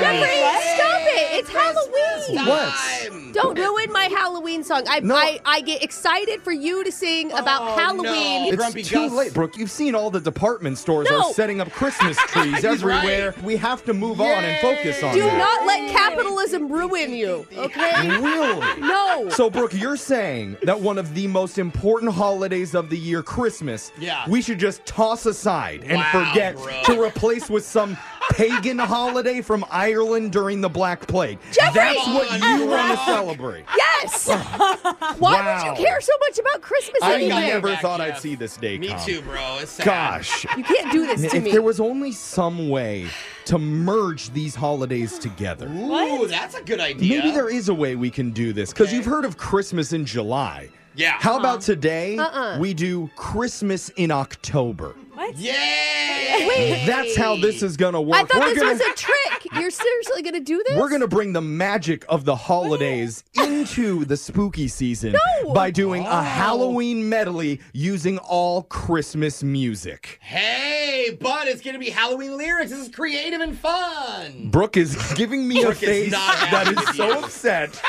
Speaker 18: Jeffrey,
Speaker 2: What?
Speaker 18: stop it! It's Halloween.
Speaker 3: What?
Speaker 18: Don't ruin my Halloween song. I,
Speaker 3: No.
Speaker 18: I I get excited for you to sing
Speaker 2: Oh,
Speaker 18: about Halloween.
Speaker 3: It's too late, Brooke. You've seen all the department stores
Speaker 18: No.
Speaker 3: are setting up Christmas trees
Speaker 18: He's
Speaker 3: everywhere. We have to move on and focus on
Speaker 18: Do
Speaker 3: that.
Speaker 18: not let capitalism ruin you, okay?
Speaker 3: Really?
Speaker 18: No.
Speaker 3: So, Brooke, you're saying that one of the most important holidays of the year, Christmas,
Speaker 18: Yeah.
Speaker 3: we should just toss aside and
Speaker 18: Wow,
Speaker 3: forget
Speaker 18: bro.
Speaker 3: to replace with some pagan holiday from Ireland during the Black Plague.
Speaker 2: Jeffrey!
Speaker 3: That's what you
Speaker 2: Come
Speaker 3: want to
Speaker 2: on.
Speaker 3: celebrate.
Speaker 2: Yes. Why
Speaker 3: Wow.
Speaker 2: would you care so much about Christmas
Speaker 4: I
Speaker 2: anyway?
Speaker 4: never thought I'd see this day.
Speaker 5: Me
Speaker 4: come.
Speaker 5: too, bro. It's sad.
Speaker 3: Gosh.
Speaker 2: You can't do this
Speaker 3: Man,
Speaker 2: to
Speaker 3: if
Speaker 2: me.
Speaker 3: there was only some way to merge these holidays together.
Speaker 5: Ooh, that's a good idea.
Speaker 3: Maybe there is a way we can do this because you've heard of Christmas in July.
Speaker 5: Yeah.
Speaker 3: How about today
Speaker 5: Uh-uh.
Speaker 3: we do Christmas in October?
Speaker 2: What?
Speaker 5: Yay!
Speaker 2: Wait.
Speaker 3: That's how this is gonna work.
Speaker 2: I thought
Speaker 3: We're
Speaker 2: this
Speaker 3: gonna-
Speaker 2: was a trick. You're seriously going to do this?
Speaker 3: We're going to bring the magic of the holidays into the spooky season
Speaker 2: No!
Speaker 3: by doing
Speaker 5: Oh.
Speaker 3: a Halloween medley using all Christmas music.
Speaker 5: Hey, but it's gonna be Halloween lyrics. This is creative and fun.
Speaker 3: Brooke is giving me
Speaker 5: Hmm. Brooke
Speaker 3: a
Speaker 5: is
Speaker 3: face
Speaker 5: not
Speaker 3: that
Speaker 5: happy
Speaker 3: is
Speaker 5: with
Speaker 3: so
Speaker 5: you.
Speaker 3: upset.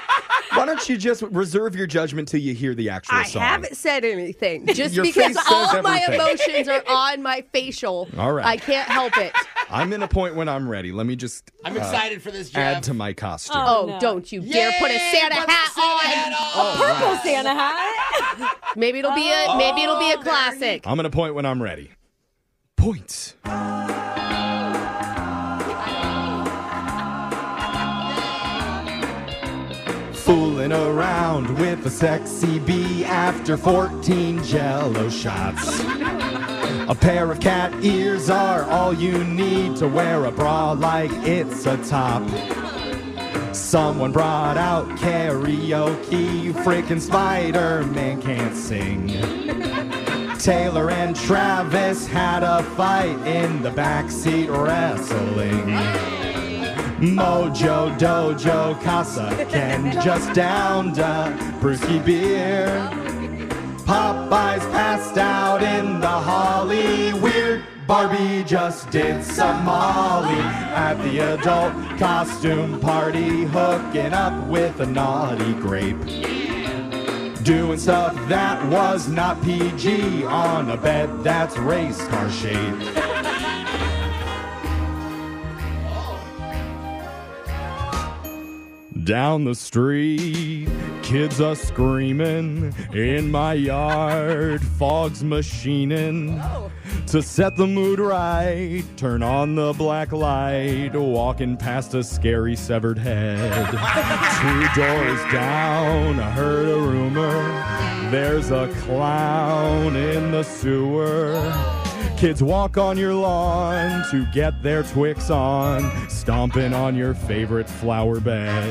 Speaker 3: Why don't you just reserve your judgment till you hear the actual
Speaker 2: I
Speaker 3: song?
Speaker 2: haven't said anything. Just
Speaker 3: Your
Speaker 2: because
Speaker 3: face says
Speaker 2: all of my
Speaker 3: everything.
Speaker 2: emotions are on my facial.
Speaker 3: All right.
Speaker 2: I can't help it.
Speaker 3: I'm in a point when I'm ready. Let me just. uh,
Speaker 5: I'm excited for this,
Speaker 3: Add
Speaker 5: Jeff.
Speaker 3: to my costume.
Speaker 2: Oh, don't you dare put a Santa hat on.
Speaker 5: A purple
Speaker 2: Santa hat. maybe it'll be a maybe it'll be a classic.
Speaker 3: I'm gonna point when I'm ready. Points. Fooling around with a sexy bee after 14 jello shots. A pair of cat ears are all you need to wear a bra like it's a top. Someone brought out karaoke, freaking Spider Man can't sing. Taylor and Travis had a fight in the backseat wrestling. Mojo Dojo Casa Ken just downed a brewski beer. Popeyes passed out in the holly. Weird Barbie just did some Molly at the adult costume party, hooking up with a naughty grape. Doing stuff that was not PG on a bed that's race car shaped. Down the street, kids are screaming. In my yard, fog's machining. To set the mood right, turn on the black light. Walking past a scary severed head. Two doors down, I heard a rumor. There's a clown in the sewer. Kids walk on your lawn to get their Twix on, stomping on your favorite flower bed.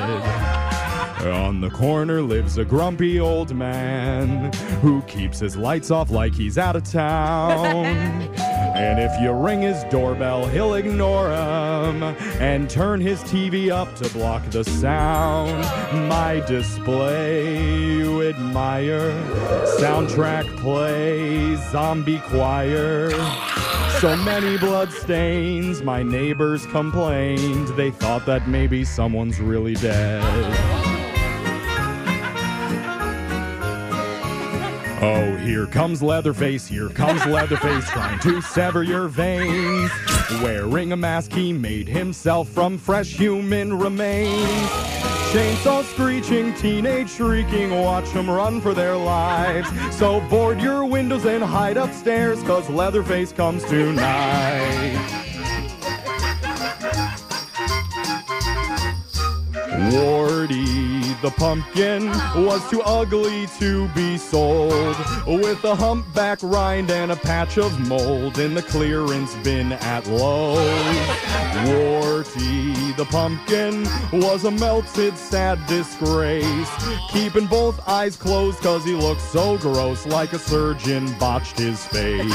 Speaker 3: On the corner lives a grumpy old man who keeps his lights off like he's out of town. and if you ring his doorbell, he'll ignore him and turn his TV up to block the sound. My display you admire, soundtrack play, zombie choir. So many bloodstains, my neighbors complained. They thought that maybe someone's really dead. Oh, here comes Leatherface, here comes Leatherface, trying to sever your veins. Wearing a mask, he made himself from fresh human remains. Chainsaw screeching, teenage shrieking, watch them run for their lives. So board your windows and hide upstairs, cause Leatherface comes tonight. Wardy the pumpkin was too ugly to be sold, with a humpback rind and a patch of mold in the clearance bin at Lowe's. Warty the pumpkin was a melted, sad disgrace, keeping both eyes closed cause he looked so gross like a surgeon botched his face.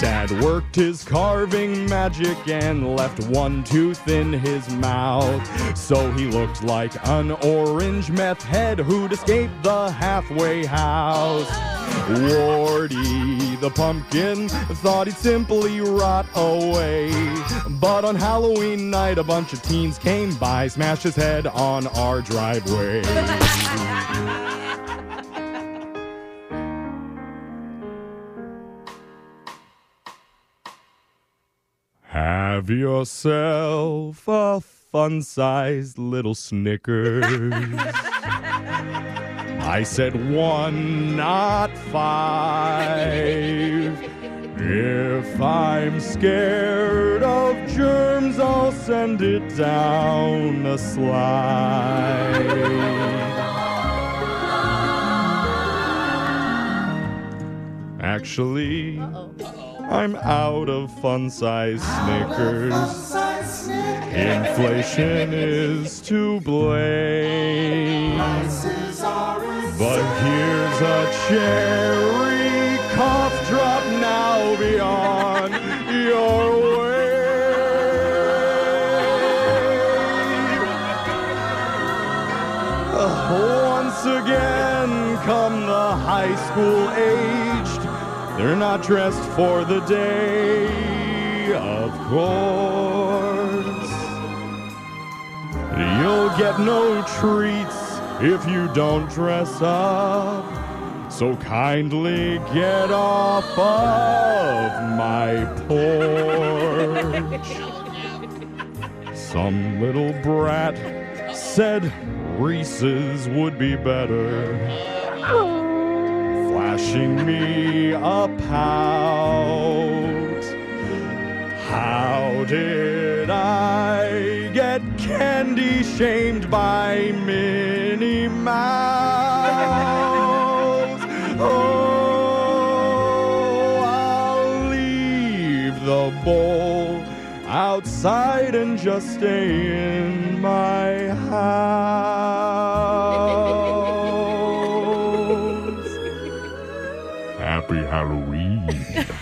Speaker 3: Dad worked his carving magic and left one tooth in his mouth. So he looked like an orange meth head who'd escaped the halfway house. Wardy the pumpkin thought he'd simply rot away. But on Halloween night, a bunch of teens came by, smashed his head on our driveway. Have yourself a fun sized little Snickers. I said one, not five.
Speaker 19: If I'm scared of germs, I'll send it down a slide. Actually, I'm out of fun size Snickers. Inflation is to blame. But here's a cherry cough drop now beyond your way. Once again, come the high school aged, they're not dressed for the day, of course. You'll get no treats if you don't dress up. So kindly get off of my porch. Some little brat said Reese's would be better. Flashing me a pout. How did I get candy shamed by Minnie Mouse? Oh, I'll leave the bowl outside and just stay in my house. Happy Halloween.
Speaker 5: I'm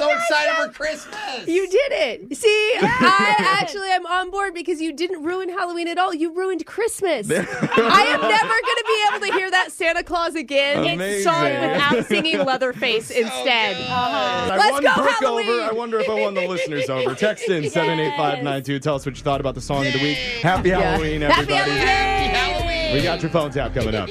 Speaker 2: Oh
Speaker 5: so excited for Christmas.
Speaker 2: You did it. See, I actually am on board because you didn't ruin Halloween at all. You ruined Christmas. I am never going to be able to hear that Santa Claus again. It's sung
Speaker 4: Amazing.
Speaker 2: without singing Leatherface instead.
Speaker 4: I
Speaker 2: Uh-huh.
Speaker 4: won
Speaker 2: Let's go
Speaker 4: Brooke
Speaker 2: Halloween.
Speaker 4: over. I wonder if I won the listeners over. Text in 78592. Tell us what you thought about the song of the week. Happy
Speaker 8: Yeah.
Speaker 4: Halloween,
Speaker 8: Happy
Speaker 4: everybody. We got your phone tap coming up.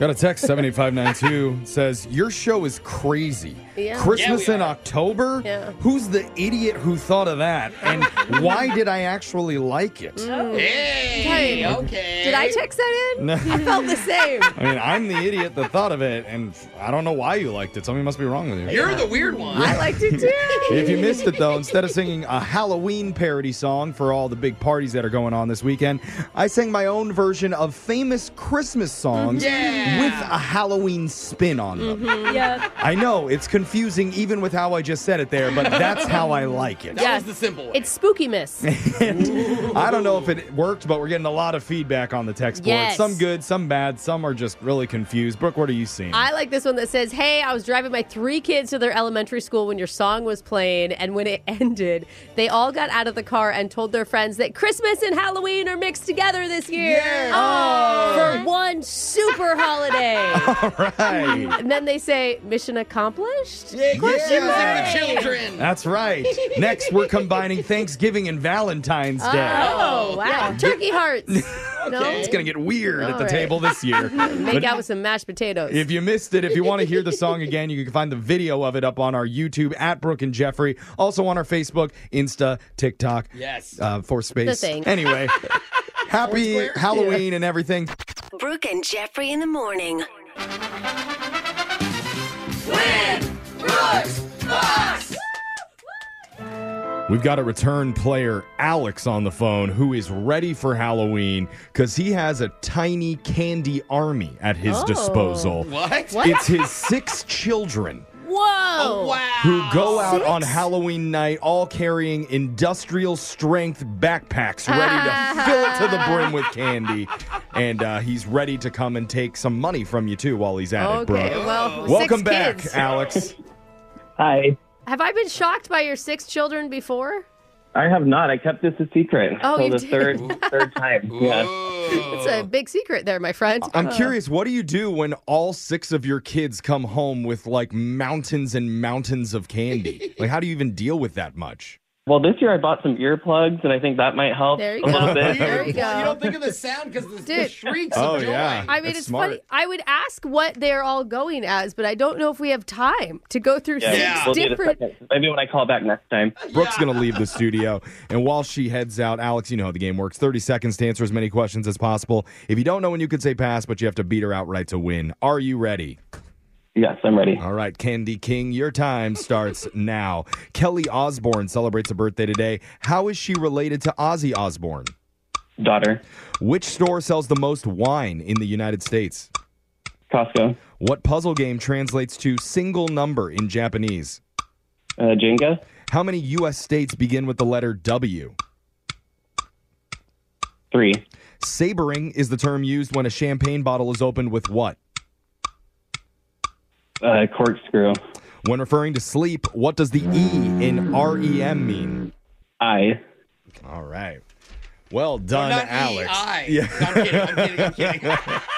Speaker 3: Got a text 78592 says, Your show is crazy.
Speaker 8: Yeah.
Speaker 3: Christmas
Speaker 8: Yeah, we
Speaker 3: in
Speaker 8: are.
Speaker 3: October?
Speaker 8: Yeah.
Speaker 3: Who's the idiot who thought of that? And why did I actually like it?
Speaker 2: Hey, okay. Did I text that in?
Speaker 3: No.
Speaker 2: I felt the same.
Speaker 3: I mean, I'm the idiot that thought of it, and I don't know why you liked it. Something must be wrong with you.
Speaker 5: You're the weird one.
Speaker 2: I liked it too.
Speaker 3: If you missed it, though, instead of singing a Halloween parody song for all the big parties that are going on this weekend, I sang my own version of famous Christmas songs
Speaker 5: Yeah.
Speaker 3: with a Halloween spin on them.
Speaker 1: Yeah.
Speaker 3: I know it's confusing even with how I just said it there, but that's how I like it.
Speaker 2: was the simple It's spooky miss.
Speaker 3: I don't know if it worked, but we're getting a lot of feedback on the text board.
Speaker 2: Yes.
Speaker 3: Some good, some bad, some are just really confused. Brooke, what are you seeing?
Speaker 2: I like this one that says, Hey, I was driving my three kids to their elementary school when your song was playing. And when it ended, they all got out of the car and told their friends that Christmas and Halloween are mixed together this year
Speaker 5: Oh.
Speaker 2: for one super holiday.
Speaker 3: all right.
Speaker 2: and then they say, Mission accomplished?
Speaker 5: Give
Speaker 2: Question
Speaker 5: it
Speaker 2: mark.
Speaker 5: to the children.
Speaker 3: That's right. Next, we're combining Thanksgiving and Valentine's Day.
Speaker 2: Oh, wow.
Speaker 3: Yeah.
Speaker 2: Turkey hearts. No?
Speaker 3: It's going to get weird at
Speaker 2: All
Speaker 3: the
Speaker 2: right.
Speaker 3: table this year.
Speaker 2: Make
Speaker 3: But-
Speaker 2: out with some mashed potatoes.
Speaker 3: If you missed it, if you want to hear the song again, you can find the video of it up on our YouTube at Brooke and Jeffrey. Also on our Facebook, Insta, TikTok.
Speaker 8: Yes.
Speaker 3: Uh, for space.
Speaker 8: The thing.
Speaker 3: Anyway, happy Halloween and everything.
Speaker 8: Brooke and Jeffrey in the morning.
Speaker 3: We've got a return player, Alex, on the phone who is ready for Halloween because he has a tiny candy army at his
Speaker 5: Oh.
Speaker 3: disposal.
Speaker 5: What? What?
Speaker 3: It's his six children.
Speaker 2: Whoa.
Speaker 5: Oh, wow.
Speaker 3: who go out on Halloween night all carrying industrial strength backpacks ready to fill it to the brim with candy. And uh, he's ready to come and take some money from you too while he's at it, bro.
Speaker 2: Okay, well, six
Speaker 3: Welcome back,
Speaker 2: kids.
Speaker 3: Alex.
Speaker 20: Hi.
Speaker 2: Have I been shocked by your six children before?
Speaker 20: I have not. I kept this a secret
Speaker 2: Oh,
Speaker 20: until the
Speaker 2: you did.
Speaker 20: third third time. Yeah.
Speaker 2: It's
Speaker 5: Oh.
Speaker 2: a big secret there, my friend.
Speaker 3: I'm
Speaker 2: Uh.
Speaker 3: curious, what do you do when all six of your kids come home with like mountains and mountains of candy? like, how do you even deal with that much?
Speaker 20: Well, this year I bought some earplugs, and I think that might help
Speaker 2: There
Speaker 20: a
Speaker 2: you
Speaker 20: little
Speaker 2: go.
Speaker 20: bit.
Speaker 2: There you go.
Speaker 5: You don't think of the sound because the, the
Speaker 2: Dude.
Speaker 5: shrieks of joy.
Speaker 2: I mean, it's funny. I would ask what they're all going as, but I don't know if we have time to go through
Speaker 20: Yeah,
Speaker 2: 6
Speaker 20: we'll need a
Speaker 2: different.
Speaker 20: second. Maybe when I call back next time.
Speaker 3: Brooke's going to leave the studio. And while she heads out, Alex, you know how the game works 30 seconds to answer as many questions as possible. If you don't know when you could say pass, but you have to beat her outright to win. Are you ready?
Speaker 20: Yes, I'm ready.
Speaker 3: All right, Candy King, your time starts now. Kelly Osborne celebrates a birthday today. How is she related to Ozzy Osborne?
Speaker 20: Daughter.
Speaker 3: Which store sells the most wine in the United States?
Speaker 20: Costco.
Speaker 3: What puzzle game translates to single number in Japanese?
Speaker 20: Uh, Jenga.
Speaker 3: How many U.S. states begin with the letter W?
Speaker 20: Three.
Speaker 3: Sabering is the term used when a champagne bottle is opened with what?
Speaker 20: Uh, corkscrew.
Speaker 3: When referring to sleep, what does the E in REM mean?
Speaker 20: I.
Speaker 3: All right. Well done,
Speaker 5: not E,
Speaker 3: Alex.
Speaker 5: I. No, I'm kidding, I'm kidding, I'm kidding.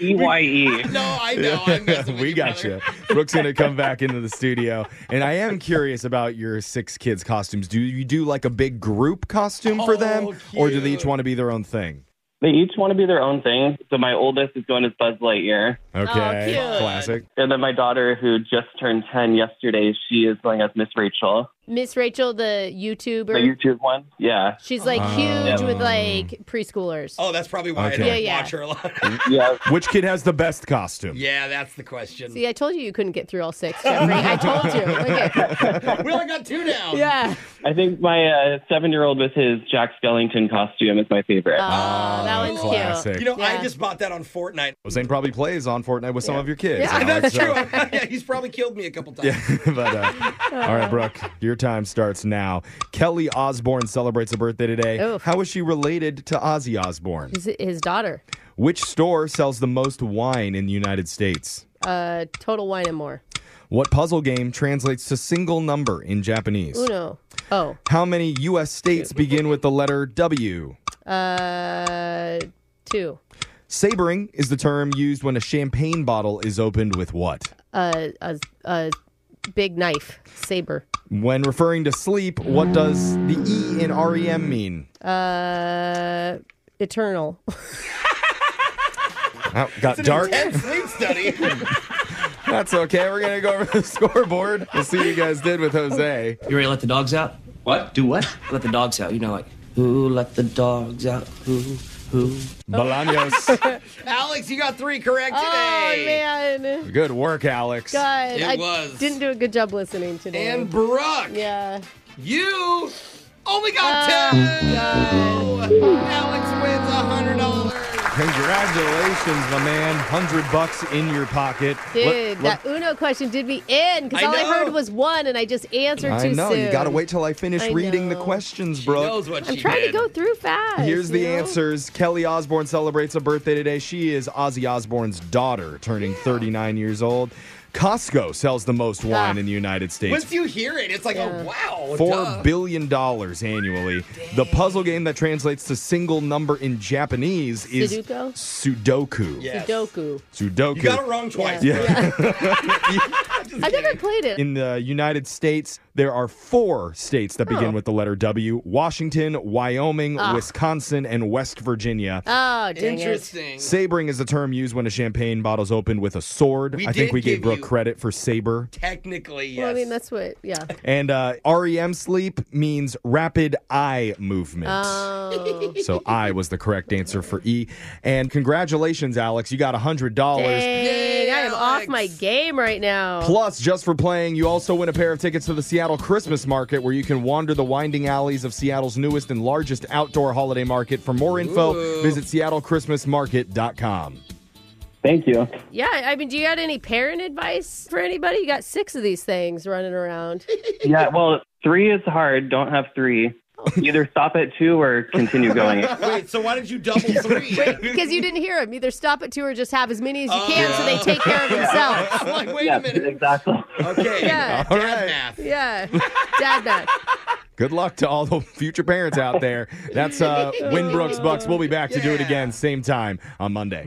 Speaker 3: E
Speaker 20: Y E.
Speaker 5: No, I know, I'm messing
Speaker 3: we got you. Brooke's gonna come back into the studio, and I am curious about your six kids' costumes. Do you do like a big group costume
Speaker 5: Oh,
Speaker 3: for them, or do they each want to be their own thing?
Speaker 20: They each want to be their own thing. So my oldest is going as Buzz Lightyear.
Speaker 3: Okay,
Speaker 2: Oh,
Speaker 3: classic.
Speaker 20: And then my daughter, who just turned 10 yesterday, she is going as Miss Rachel,
Speaker 2: Miss Rachel, the YouTuber.
Speaker 20: the YouTube one. Yeah.
Speaker 2: She's like
Speaker 3: Uh,
Speaker 2: huge with like preschoolers.
Speaker 20: Oh, that's probably
Speaker 3: why I Okay.
Speaker 2: yeah,
Speaker 3: don't
Speaker 2: yeah.
Speaker 5: Watch her a lot.
Speaker 20: Yeah.
Speaker 3: Which kid has the best costume?
Speaker 5: Yeah, that's the question.
Speaker 2: See, I told you you couldn't get through all six, Jeffrey. I told you. Look at-
Speaker 5: we only got two now.
Speaker 2: yeah.
Speaker 20: I think my uh, seven year old with his Jack Skellington costume is my favorite.
Speaker 2: Oh, that one's cute.
Speaker 3: classic.
Speaker 5: You know,
Speaker 2: Yeah.
Speaker 5: I just bought that on Fortnite.
Speaker 3: Hossein probably plays on Fortnite with some of your kids.
Speaker 5: Yeah, that's
Speaker 3: Alex,
Speaker 5: true.
Speaker 3: so-
Speaker 5: yeah, he's probably killed me a couple times.
Speaker 3: uh, Yeah, but uh, all right, Brooke, your time starts now. Kelly Osborne celebrates a birthday today. How is she related to Ozzy Osbourne?
Speaker 2: His, his daughter.
Speaker 3: Which store sells the most wine in the United States?
Speaker 2: Uh, total wine and more.
Speaker 3: What puzzle game translates to single number in Japanese?
Speaker 2: Uno. Oh.
Speaker 3: How many U.S. states begin with the letter W?
Speaker 2: Uh, two.
Speaker 3: Sabering is the term used when a champagne bottle is opened with what?
Speaker 2: Uh, a, a big knife. Saber.
Speaker 3: When referring to sleep, what does the E in REM mean?
Speaker 2: Uh, eternal.
Speaker 3: Oh, got dark.
Speaker 5: Intense sleep study.
Speaker 3: That's okay. We're gonna go over the scoreboard. We'll see what you guys did with Jose.
Speaker 12: You ready to let the dogs out? What? Do what? Let the dogs out. You know, like, who let the dogs out? Who? Who?
Speaker 3: Bolaños.
Speaker 5: Alex, you got three correct
Speaker 2: Oh,
Speaker 5: today.
Speaker 2: man.
Speaker 3: Good work, Alex.
Speaker 2: God.
Speaker 5: It
Speaker 2: I
Speaker 5: was.
Speaker 2: didn't do a good job listening today.
Speaker 5: And Brooke.
Speaker 2: Yeah.
Speaker 5: You only got
Speaker 2: Uh.
Speaker 5: ten. Alex wins a hundred dollars.
Speaker 3: Congratulations, my man. Hundred bucks in your pocket.
Speaker 2: Dude,
Speaker 3: Let- let-
Speaker 2: that Uno question did me in because
Speaker 3: I
Speaker 2: all I
Speaker 3: know.
Speaker 2: heard was one and I just answered
Speaker 3: I
Speaker 2: too
Speaker 3: know.
Speaker 2: soon.
Speaker 3: You gotta wait till I finish
Speaker 2: I
Speaker 3: reading the questions, bro.
Speaker 2: I'm trying to go through fast.
Speaker 3: Here's the
Speaker 2: you know?
Speaker 3: answers. Kelly Osborne celebrates a birthday today. She is Ozzy Osbourne's daughter, turning 39 years old. Costco sells the most
Speaker 2: Ah.
Speaker 3: wine in the United States.
Speaker 5: Once you hear it, it's like, oh wow.
Speaker 3: Four
Speaker 5: duh.
Speaker 3: billion dollars annually. The puzzle game that translates to single number in Japanese is
Speaker 2: Sudoku?
Speaker 3: Sudoku.
Speaker 2: Sudoku.
Speaker 3: Sudoku.
Speaker 5: You got it wrong twice.
Speaker 3: Yeah.
Speaker 2: I think I played it.
Speaker 3: In the United States, there are four states that begin
Speaker 2: Oh.
Speaker 3: with the letter W: Washington, Wyoming,
Speaker 2: Ah.
Speaker 3: Wisconsin, and West Virginia.
Speaker 2: Oh, dang
Speaker 5: Interesting.
Speaker 3: Sabering is the term used when a champagne bottle's opened with a sword.
Speaker 5: We
Speaker 3: I think
Speaker 5: did
Speaker 3: we gave
Speaker 5: give
Speaker 3: Brooke
Speaker 5: you-
Speaker 3: credit for saber.
Speaker 5: Technically,
Speaker 2: Well, I
Speaker 5: yes.
Speaker 2: mean, that's what, yeah.
Speaker 3: And uh, REM sleep means rapid eye movement.
Speaker 2: Oh.
Speaker 3: So I was the correct answer for E. And congratulations, Alex. You got $100.
Speaker 2: Dang, I am off my game right now.
Speaker 3: Plus, just for playing, you also win a pair of tickets to the Seattle Christmas Market, where you can wander the winding alleys of Seattle's newest and largest outdoor holiday market. For more info, visit seattlechristmasmarket.com.
Speaker 20: Thank you.
Speaker 2: Yeah, I mean, do you got any parent advice for anybody? You got six of these things running around.
Speaker 20: Yeah, well, three is hard. Don't have three. Either stop at two or continue going.
Speaker 5: Wait, so why did you double three? Oh,
Speaker 2: Because you didn't hear them. Either stop at two or just have as many as you can so they take care of themselves.
Speaker 5: I'm like, wait
Speaker 20: Yeah,
Speaker 5: a minute.
Speaker 20: Exactly.
Speaker 5: Okay.
Speaker 2: Yeah.
Speaker 3: All right.
Speaker 2: Yeah. Dad math.
Speaker 3: Good luck to all the future parents out there. That's uh, Winbrooks Bucks. We'll be back to do it again, same time on Monday.